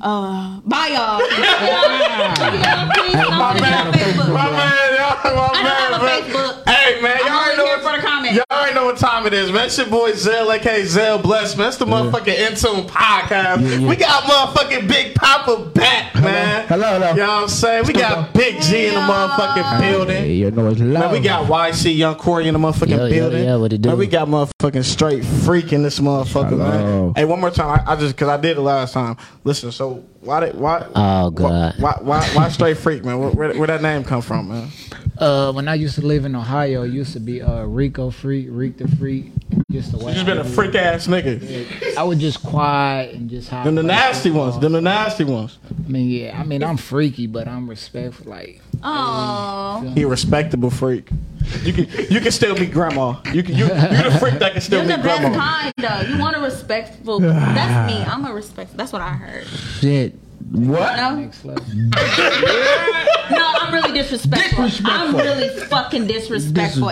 D: Uh, bye y'all. Look it up. Look it up, please. I'm on Facebook.
H: My man, y'all,
D: I
H: my
D: know I'm on
H: man, bro.
D: Facebook.
H: Hey man, y'all
D: I'm
H: already
D: only
H: know
D: here
H: what
D: for the comments.
H: Y'all already know what time it is, man. It's your boy Zell, aka Zell Bless, man. That's the motherfucking Intune podcast.
F: Yeah, yeah.
H: We got motherfucking Big Papa back, man.
F: Hello, hello.
H: You know what I'm saying? We got Big G in the motherfucking building.
F: You know it's
H: Man,
F: loud.
H: we got YC Young Corey in the motherfucking
B: Yo, yo,
H: building.
B: yo, what it do?
H: Man, we got motherfucking straight freak in this motherfucker,
F: Hello.
H: man. Hey, one more time. I, I just because I did it last time. Listen, so why did why?
B: Oh, God.
H: Why why, why straight freak, man? Where, where, where that name come from, man?
G: Uh, when I used to live in Ohio, it used to be uh, Rico Freak, Reek the Freak. Just the way
H: You just
G: I
H: been a
G: was.
H: freak ass nigga.
G: I was just quiet and just high.
H: Them the nasty ones. Them the nasty ones.
G: I mean, yeah. I mean, I'm freaky, but I'm respectful. Like,
D: Oh,
H: He a respectable freak. You can you can still be grandma. You can you you the freak that can still
D: you're the
H: be
D: best
H: grandma.
D: kind though. You want a respectful. That's me. I'm a respectful. That's what I heard.
F: shit. What?
D: No,
G: next level.
D: no, I'm really disrespectful. I'm
F: Disrespectful.
D: really fucking disrespectful,
F: Dis-
D: especially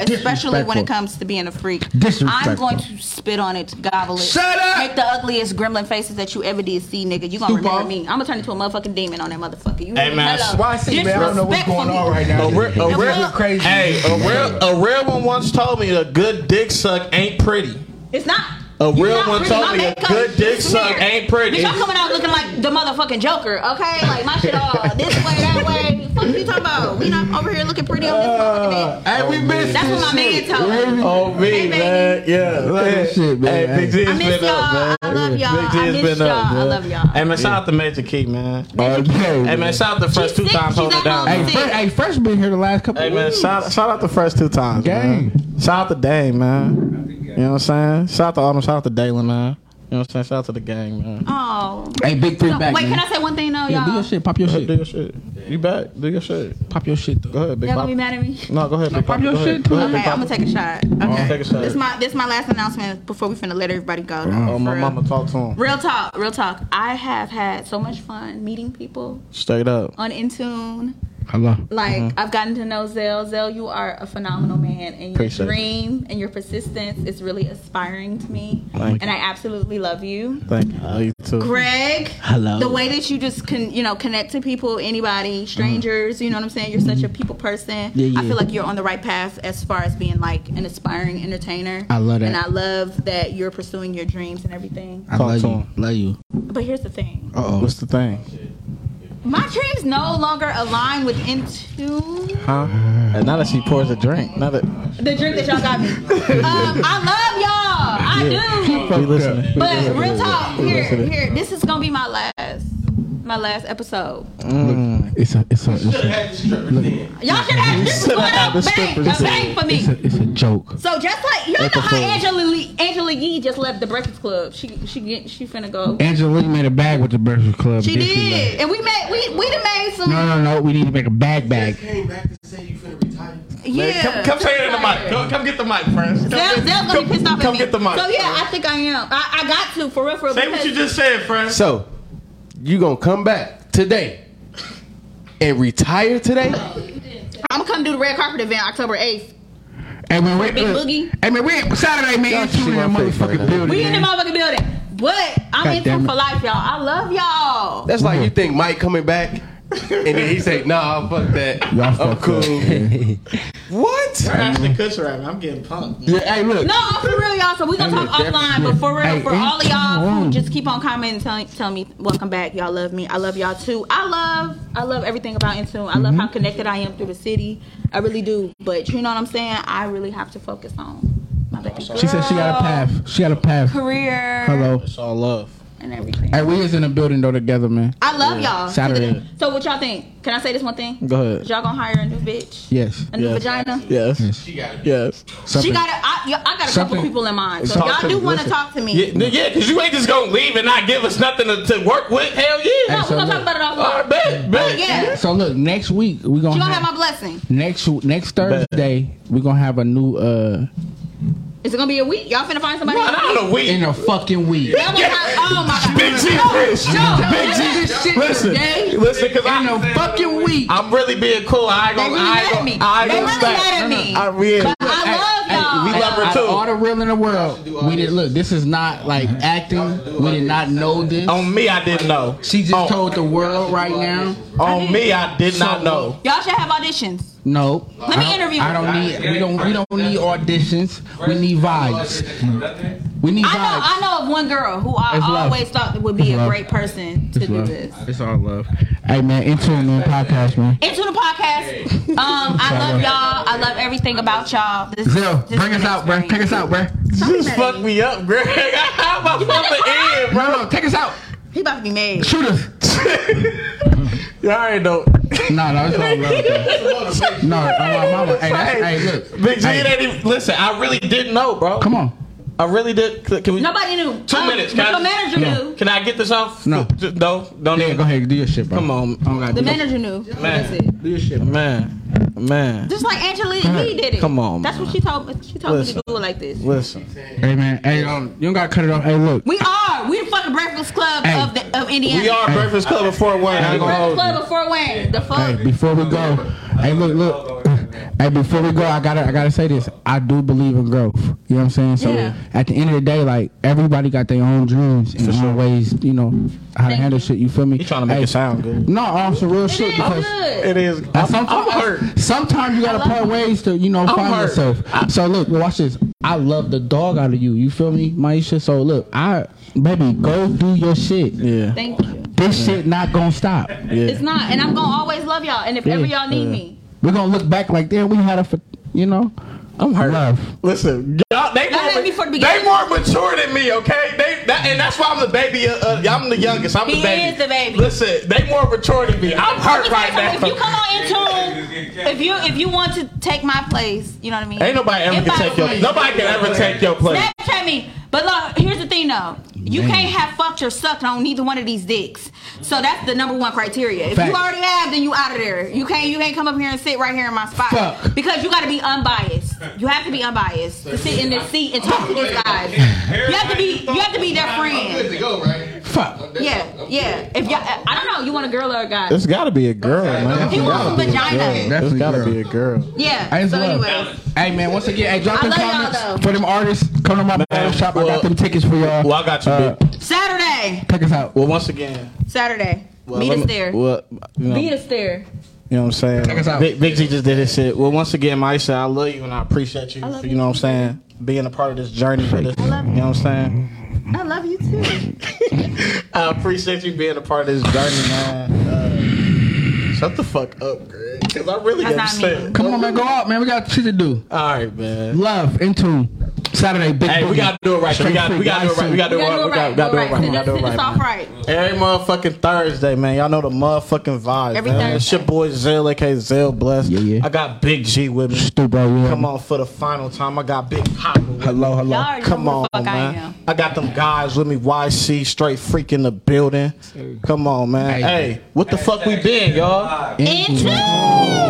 D: when
F: disrespectful.
D: it comes to being a freak.
F: Disrespectful.
D: I'm going to spit on it, gobble it,
F: Shut up!
D: make the ugliest gremlin faces that you ever did see, nigga. You gonna
F: Stupid.
D: remember me? I'm gonna turn into a motherfucking demon on that motherfucker. You
H: Hey, man,
D: hello.
F: Why I see, man? I don't know what's
D: Disrespectful
F: going on
D: me.
F: right now.
H: A real, a
D: And
H: real,
D: well-
F: crazy.
H: hey, a real, a real one once told me a good dick suck ain't pretty.
D: It's not.
H: A
D: You're
H: real
D: not
H: one
D: pretty.
H: told
D: My
H: me a
D: makeup
H: good
D: is
H: dick suck
D: smeared.
H: ain't pretty.
D: Bitch, I'm coming out looking like the motherfucking Joker, okay? Like my shit all this way, that way. Fuck you talking about? We not over here looking pretty on this
F: Uh,
D: motherfucking day.
F: Hey, we missed
D: That's
F: this
D: what my Oh, man
F: shit.
D: told me.
H: Oh
D: Hey,
H: me,
D: baby.
H: man. Yeah. Man.
F: that shit, man.
H: Hey, Oh, Big G's
D: I miss
H: been
D: y'all.
H: up, man.
D: I love y'all.
H: Big G's
D: I miss
H: been
D: y'all.
H: up,
D: I
H: man.
D: love y'all.
H: Hey, man, shout out to Major Key, man.
F: Oh, Okay.
H: Hey, man, shout out to Fresh
D: She's
H: two
D: sick.
H: times
D: She's
H: holding it
D: at
H: down.
D: home.
H: man.
F: Hey, Fresh, hey, Fresh been here the last couple
H: Hey,
F: of
H: man,
F: weeks.
H: shout, shout out to Fresh two times,
F: Gang.
H: man. Shout out to Dame, man. You know what I'm saying? Shout out to Autumn. Shout out to Dalen, man. You know what I'm saying? Shout out to the gang, man.
D: Oh.
F: Hey, Big Three
D: No,
F: back.
D: wait,
F: man.
D: can I say one thing though,
F: Yeah, do your
D: y'all?
F: shit. Pop your
H: Do
F: shit.
H: your shit. You back? Do your shit.
F: Pop your shit, though.
H: Go ahead, Big
D: Y'all gonna
H: Pop.
D: be mad at me?
H: No, go ahead, Big Pop.
F: your
H: Go ahead.
F: shit,
H: Go ahead,
D: Okay,
H: Big
D: I'm
H: Pop.
D: gonna take a shot. Okay.
H: Take a shot.
D: This my this my last announcement before we finna let everybody go. though,
H: Oh,
D: for
H: my
D: real.
H: mama talk to him.
D: Real talk, real talk. I have had so much fun meeting people
H: Straight up.
D: on Intune.
F: Hello.
D: Like
H: Mm-hmm.
D: I've gotten to know Zell. Zell, you are a phenomenal man, and your
H: Appreciate it.
D: dream and your persistence is really inspiring to me.
H: Thank
D: and I absolutely love you,
H: Thank you. Oh, you too.
D: Greg.
F: Hello.
D: The way that you just can, you know, connect to people,
H: Mm-hmm.
D: anybody, strangers. You know what I'm saying? You're such a people person.
F: Yeah, yeah.
D: I feel like you're on the right path as far as being like an aspiring entertainer.
F: I love that.
D: and I love that you're pursuing your dreams and everything.
F: I
H: Talk
F: love
H: to
F: you.
H: him.
F: Love you.
D: But here's the thing:
F: Uh oh.
H: What's the thing?
D: my dreams no longer align with Intune.
H: Huh? And now that she pours a drink, now that
D: The drink that y'all got me. Um, I love y'all. I do.
H: we listening,
D: But real talk, here, here. This is gonna be my last, my last episode.
H: Mm.
F: It's a, it's a, it's a,
D: Y'all should have this is
H: should've
D: going
H: had
D: up bang,
H: the
D: a
H: strippers
D: bang for
F: it's
D: me.
F: a, it's a joke.
D: So just like y'all know how
H: Episode.
D: Angela Lee, Angela Yee just left the Breakfast Club. She she get she finna go.
F: Angela made a bag with the Breakfast Club.
D: She
F: Then left.
D: did, and we made we we done made some
F: No, no, no. We need to make a bag bag.
C: Came back to say you finna retire.
D: yeah.
H: Come, come say it in the mic. Come, come get the mic, friends. Come,
D: Zell,
H: get,
D: Zell's gonna be pissed off
H: come
D: at me.
H: get the mic.
D: So yeah, I think I am. I, I got to for real for real.
H: Say what you
D: because-
H: just said, friends.
C: So, you gonna come back today and retire today?
D: I'm gonna come do the red carpet event October 8th.
F: Hey man, wait,
D: Big
F: look.
D: Boogie.
F: Hey man, we Saturday man.
C: Y'all
F: It's in
C: see
F: that
C: my face right
F: motherfucking
C: now.
F: building.
D: We in the
F: man.
D: motherfucking building. But I'm in
F: damn
D: tune
F: it.
D: for life, y'all. I love y'all.
C: That's like you think Mike coming back, and then he say, "Nah, fuck that.
F: Y'all
C: I'm
F: fucked
C: cool."
F: up, man.
C: what?
H: Ashton Kutcher, man. I'm getting punked.
F: yeah, hey, look.
D: No, I'm for real, y'all. So we gonna
F: Hey,
D: talk
F: look,
D: offline. But for real,
F: hey,
D: for all of y'all
F: wrong.
D: who just keep on commenting, telling tell me welcome back. Y'all love me. I love y'all too. I love I love everything about Intune. I love
F: Mm-hmm.
D: how connected I am through the city. I really do. But you know what I'm saying? I really have to focus on my baby girl.
F: She said she got a path. She got a path.
D: Career
F: Hello.
H: It's all love.
D: and everything.
F: Hey, we is in a building though together, man.
D: I love y'all.
F: Saturday.
D: So what y'all think? Can I say this one thing?
H: Go ahead.
D: Y'all gonna hire a new bitch?
F: Yes.
D: A new
H: Yes.
D: vagina?
H: Yes.
C: She got it.
H: Yes.
D: She
F: Something-
D: got. A, I, yeah, I got a couple
F: Something-
D: people in mind. So
H: Talk
D: y'all
H: to
D: do
H: me.
D: want to
H: Listen.
D: talk to me.
H: Yeah, yeah, cause you ain't just gonna leave and not give us nothing to, to work with. Hell yeah.
D: No,
F: so
D: we're gonna
F: look.
D: talk about it
H: All
D: offline.
H: right, bet, bet.
D: Yeah, she
F: So look, next week we gonna,
D: gonna
F: have,
D: have my blessing.
F: next next Thursday we gonna have a new uh
D: Is it gonna be a week? Y'all finna find somebody?
H: Not in a week.
F: in a fucking week.
D: That was not- oh my god.
H: Big G Fish. Big G. Listen,
D: today.
H: listen, cause
F: In a
H: I,
F: fucking week.
H: I'm really being cool. I ain't
D: They
H: gonna,
D: really
H: I
D: mad at
H: ain't gonna,
D: me.
H: I ain't
D: They really
H: gonna stop.
D: mad at me.
H: I really.
D: But I love y'all.
H: we love her
F: Out of all
H: too.
F: the real in the world, we did. Look, this Mm-hmm. is not like acting. We did not know this. Oh,
H: On me, I didn't know.
F: She just
H: Oh.
F: told the world right now.
H: On me, I did not know.
D: Y'all should have auditions.
F: No.
D: Let me interview
F: I
D: her.
F: don't need. We don't. We don't need auditions. We need vibes. We need
D: I know,
F: vibes.
D: I know of one girl who I
F: It's love.
D: always thought would be
F: It's
D: a
F: love.
D: great person to
F: It's
D: do
F: love.
D: this.
F: It's all love. Hey man, into it, man. Podcast man.
D: Into the podcast. Um, I love y'all. I love everything about y'all. This,
F: Zero,
D: this
F: bring
D: is
F: us
D: an
F: out, bro. Take us
D: experience.
F: out, bro.
H: Just fuck me up, Greg. I'm about to end,
F: Bro, take us out.
D: He about to be mad.
F: Shoot us.
H: Y'all already know.
F: No, no, it's all love. Bro. No, my mama. Hey, that's, hey, look.
H: Big G, it ain't even. Listen, I really didn't know, bro.
F: Come on.
H: I really did. Can we?
D: Nobody knew.
H: Two minutes, can I
D: The
H: just-
D: manager
F: Yeah.
D: knew.
H: Can I get this off?
F: No.
H: Just- no. Don't
F: Yeah,
H: even.
F: go ahead. Do your shit, bro.
H: Come on.
F: Oh, God,
D: The
F: do your-
D: manager knew. That's it.
H: Man.
F: do your shit, bro.
H: Man. Man.
D: Just like Angela Yee did it.
H: Come on,
D: That's what she told me. She told me
H: Listen.
D: to do it like this.
H: Listen.
F: Hey man, hey, um, you don't gotta cut it off. Hey, look.
D: We are. We the fucking Breakfast Club
F: Hey.
D: of the, of Indiana.
H: We are Breakfast Club at Fort Wayne. I ain't gonna
D: Breakfast
H: hold you.
D: Club of Fort Wayne. The fuck.
F: Hey, before we go, hey, look, look. Hey, before we go, I gotta, I gotta say this. I do believe in growth. You know what I'm saying? So
D: Yeah.
F: at the end of the day, like everybody got their own dreams and own ways. You know how to
D: Thank
F: handle
D: you.
F: shit. You feel me?
H: You trying to make
F: Hey,
H: it sound good.
F: No, on some real
D: It
F: shit
D: is
F: because.
D: good.
H: It is.
F: I-
H: I'm, I'm
F: sometimes,
H: hurt.
F: sometimes you gotta
D: I love
F: part ways to, you know, find
H: hurt.
F: yourself. so look, watch this. I love the dog out of you. You feel me, Maisha? So look, I baby, go do your shit.
H: Yeah.
D: Thank you.
F: This shit not gonna stop.
D: It's not, and I'm gonna always love y'all. And if ever y'all need me,
F: We're gonna look back like damn, we had a, f- you know, I'm hurt. Love.
H: Listen, y'all, they
D: Y'all had me for
H: more,
D: the
H: they
D: beginning.
H: more mature than me, okay? They that, and that's why I'm the baby. Uh, uh, I'm the youngest. I'm
D: He
H: the baby.
D: is the baby.
H: Listen, they more mature than me. I'm hurt right
D: if you come
H: now.
D: on in tune, if you if you want to take my place, you know what I mean.
H: Ain't nobody ever can
D: If I-
H: take your. Nobody can ever take your place.
D: Snapchat me. But look, here's the thing though. You can't have fucked or sucked on neither one of these dicks. So that's the number one criteria. If
F: Facts.
D: you already have, then you out of there. You can't you can't come up here and sit right here in my spot.
F: Fuck.
D: Because you gotta be unbiased. You have to be unbiased to sit in this seat and talk to these guys. You have to be you have to be their friend.
A: to go, right?
F: Fuck.
D: Yeah, yeah. If y'all I don't know, you want a girl or a guy?
H: It's gotta be a girl, man.
D: He wants some vagina.
H: It's
F: Definitely
H: gotta
F: girl.
H: be a girl.
D: Yeah.
F: As
D: So
F: well.
D: anyway.
F: Hey man, once again, hey,
D: I
F: drop them
D: love y'all,
F: comments
D: though.
F: for them artists. Come to my bottle shop. I
H: well-
F: got them tickets for y'all.
H: Well, Oh, I got you,
F: Uh,
H: big.
D: Saturday.
F: Take us out.
H: Well, once again,
D: Saturday.
H: well,
D: Meet
H: let
D: us
H: me-
D: there.
H: Well, you know,
D: Meet us there.
H: You know what I'm saying?
F: Check us out.
H: Big, Big G just did his shit. Well, once again, Maisha, I love you and I appreciate you.
D: love
H: for, you
D: you.
H: know what I'm saying? Being a part of this journey with us. You know what I'm saying?
D: I love you too.
H: I appreciate you being a part of this journey, man. Uh, shut the fuck up, Greg. Because I really
D: That's
H: am
D: not
H: upset.
D: me.
F: Come on, man, go out, man. We got shit to do.
H: All right, man.
F: Love in tune. Saturday, big.
H: Hey, we
F: boogie.
H: gotta do it right. We gotta, we gotta do it right. We gotta do
D: We
H: it right. We gotta,
D: gotta do
H: we
D: it
H: gotta
D: right.
H: do it right. We gotta do it
D: Send us
H: right.
D: off right.
H: Every motherfucking Thursday, man. Y'all know the motherfucking vibes.
D: Every
H: man. It's your
D: Thursday.
H: boy Zell, aka Zell Bless.
F: Yeah, yeah.
H: I got Big G with me.
F: Stu, bro. Yeah.
H: Come on for the final time. I got Big Papa with me.
F: Hello, hello.
D: Y'all already know
H: Come
D: who
H: on,
D: the fuck I
H: man.
D: am.
H: I, got them guys with me. YC straight freak in the building. Come on, man. Hey,
F: Hey.
H: what the fuck we been, y'all?
D: Into.